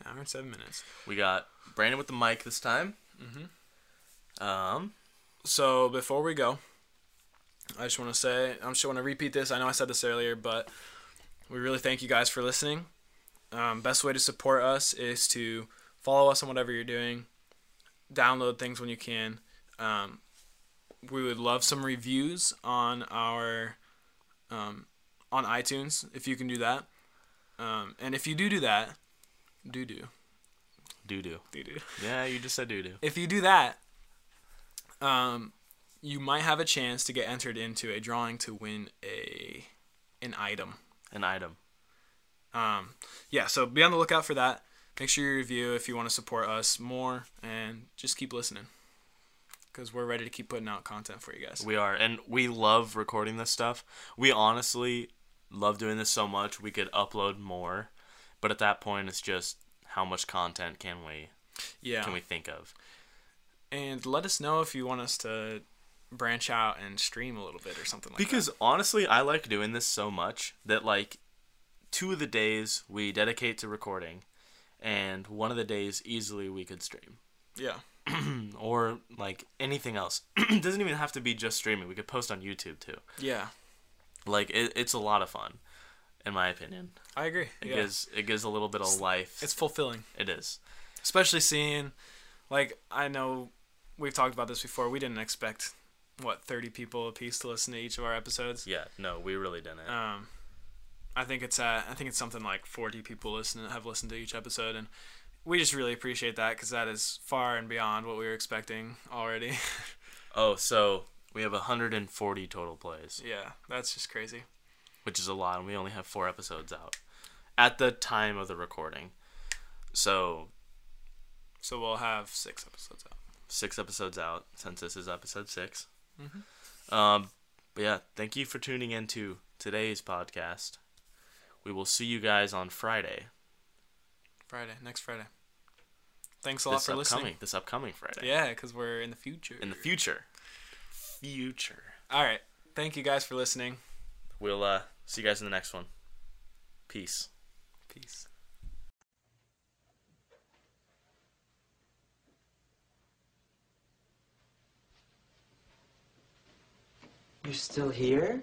C: An hour and seven minutes.
A: We got Brandon with the mic this time. Mm-hmm. Um.
C: So before we go, I just want to say I just want to repeat this. I know I said this earlier, but we really thank you guys for listening. Um, best way to support us is to follow us on whatever you're doing, download things when you can. Um, we would love some reviews on our um, on iTunes if you can do that. Um, and if you do do that, do do
A: Doo doo.
C: do do
A: Yeah, you just said doo doo.
C: if you do that, um, you might have a chance to get entered into a drawing to win a an item.
A: An item.
C: Um, yeah, so be on the lookout for that. Make sure you review if you want to support us more, and just keep listening because we're ready to keep putting out content for you guys.
A: We are, and we love recording this stuff. We honestly love doing this so much. We could upload more, but at that point, it's just how much content can we
C: Yeah,
A: can we think of?
C: and let us know if you want us to branch out and stream a little bit or something like
A: Because honestly, I like doing this so much that like two of the days we dedicate to recording, and one of the days easily we could stream
C: that. Yeah,
A: or like anything else. it doesn't even have to be just streaming. We could post on YouTube too.
C: yeah,
A: Like it, it's a lot of fun, in my opinion.
C: I agree.
A: It
C: yeah.
A: gives it gives a little bit of life.
C: it's fulfilling.
A: it is.
C: especially seeing like i know we've talked about this before we didn't expect what 30 people apiece to listen to each of our episodes
A: Yeah. No, we really didn't.
C: um i think it's uh, i think it's something like 40 people listen have listened to each episode and we just really appreciate that because that is far and beyond what we were expecting already
A: oh, so we have 140 total plays,
C: yeah that's just crazy
A: which is a lot, and we only have four episodes out at the time of the recording. So
C: so we'll have six episodes out
A: six episodes out since this is episode 6 Um, but yeah, thank you for tuning in to today's podcast. We will see you guys on Friday.
C: friday next friday thanks a lot
A: this
C: for
A: upcoming,
C: listening
A: this upcoming Friday.
C: yeah because we're in the future
A: In the future. Future.
C: all right thank you guys for listening
A: We'll uh, see you guys in the next one. Peace.
C: peace
D: You You're still here?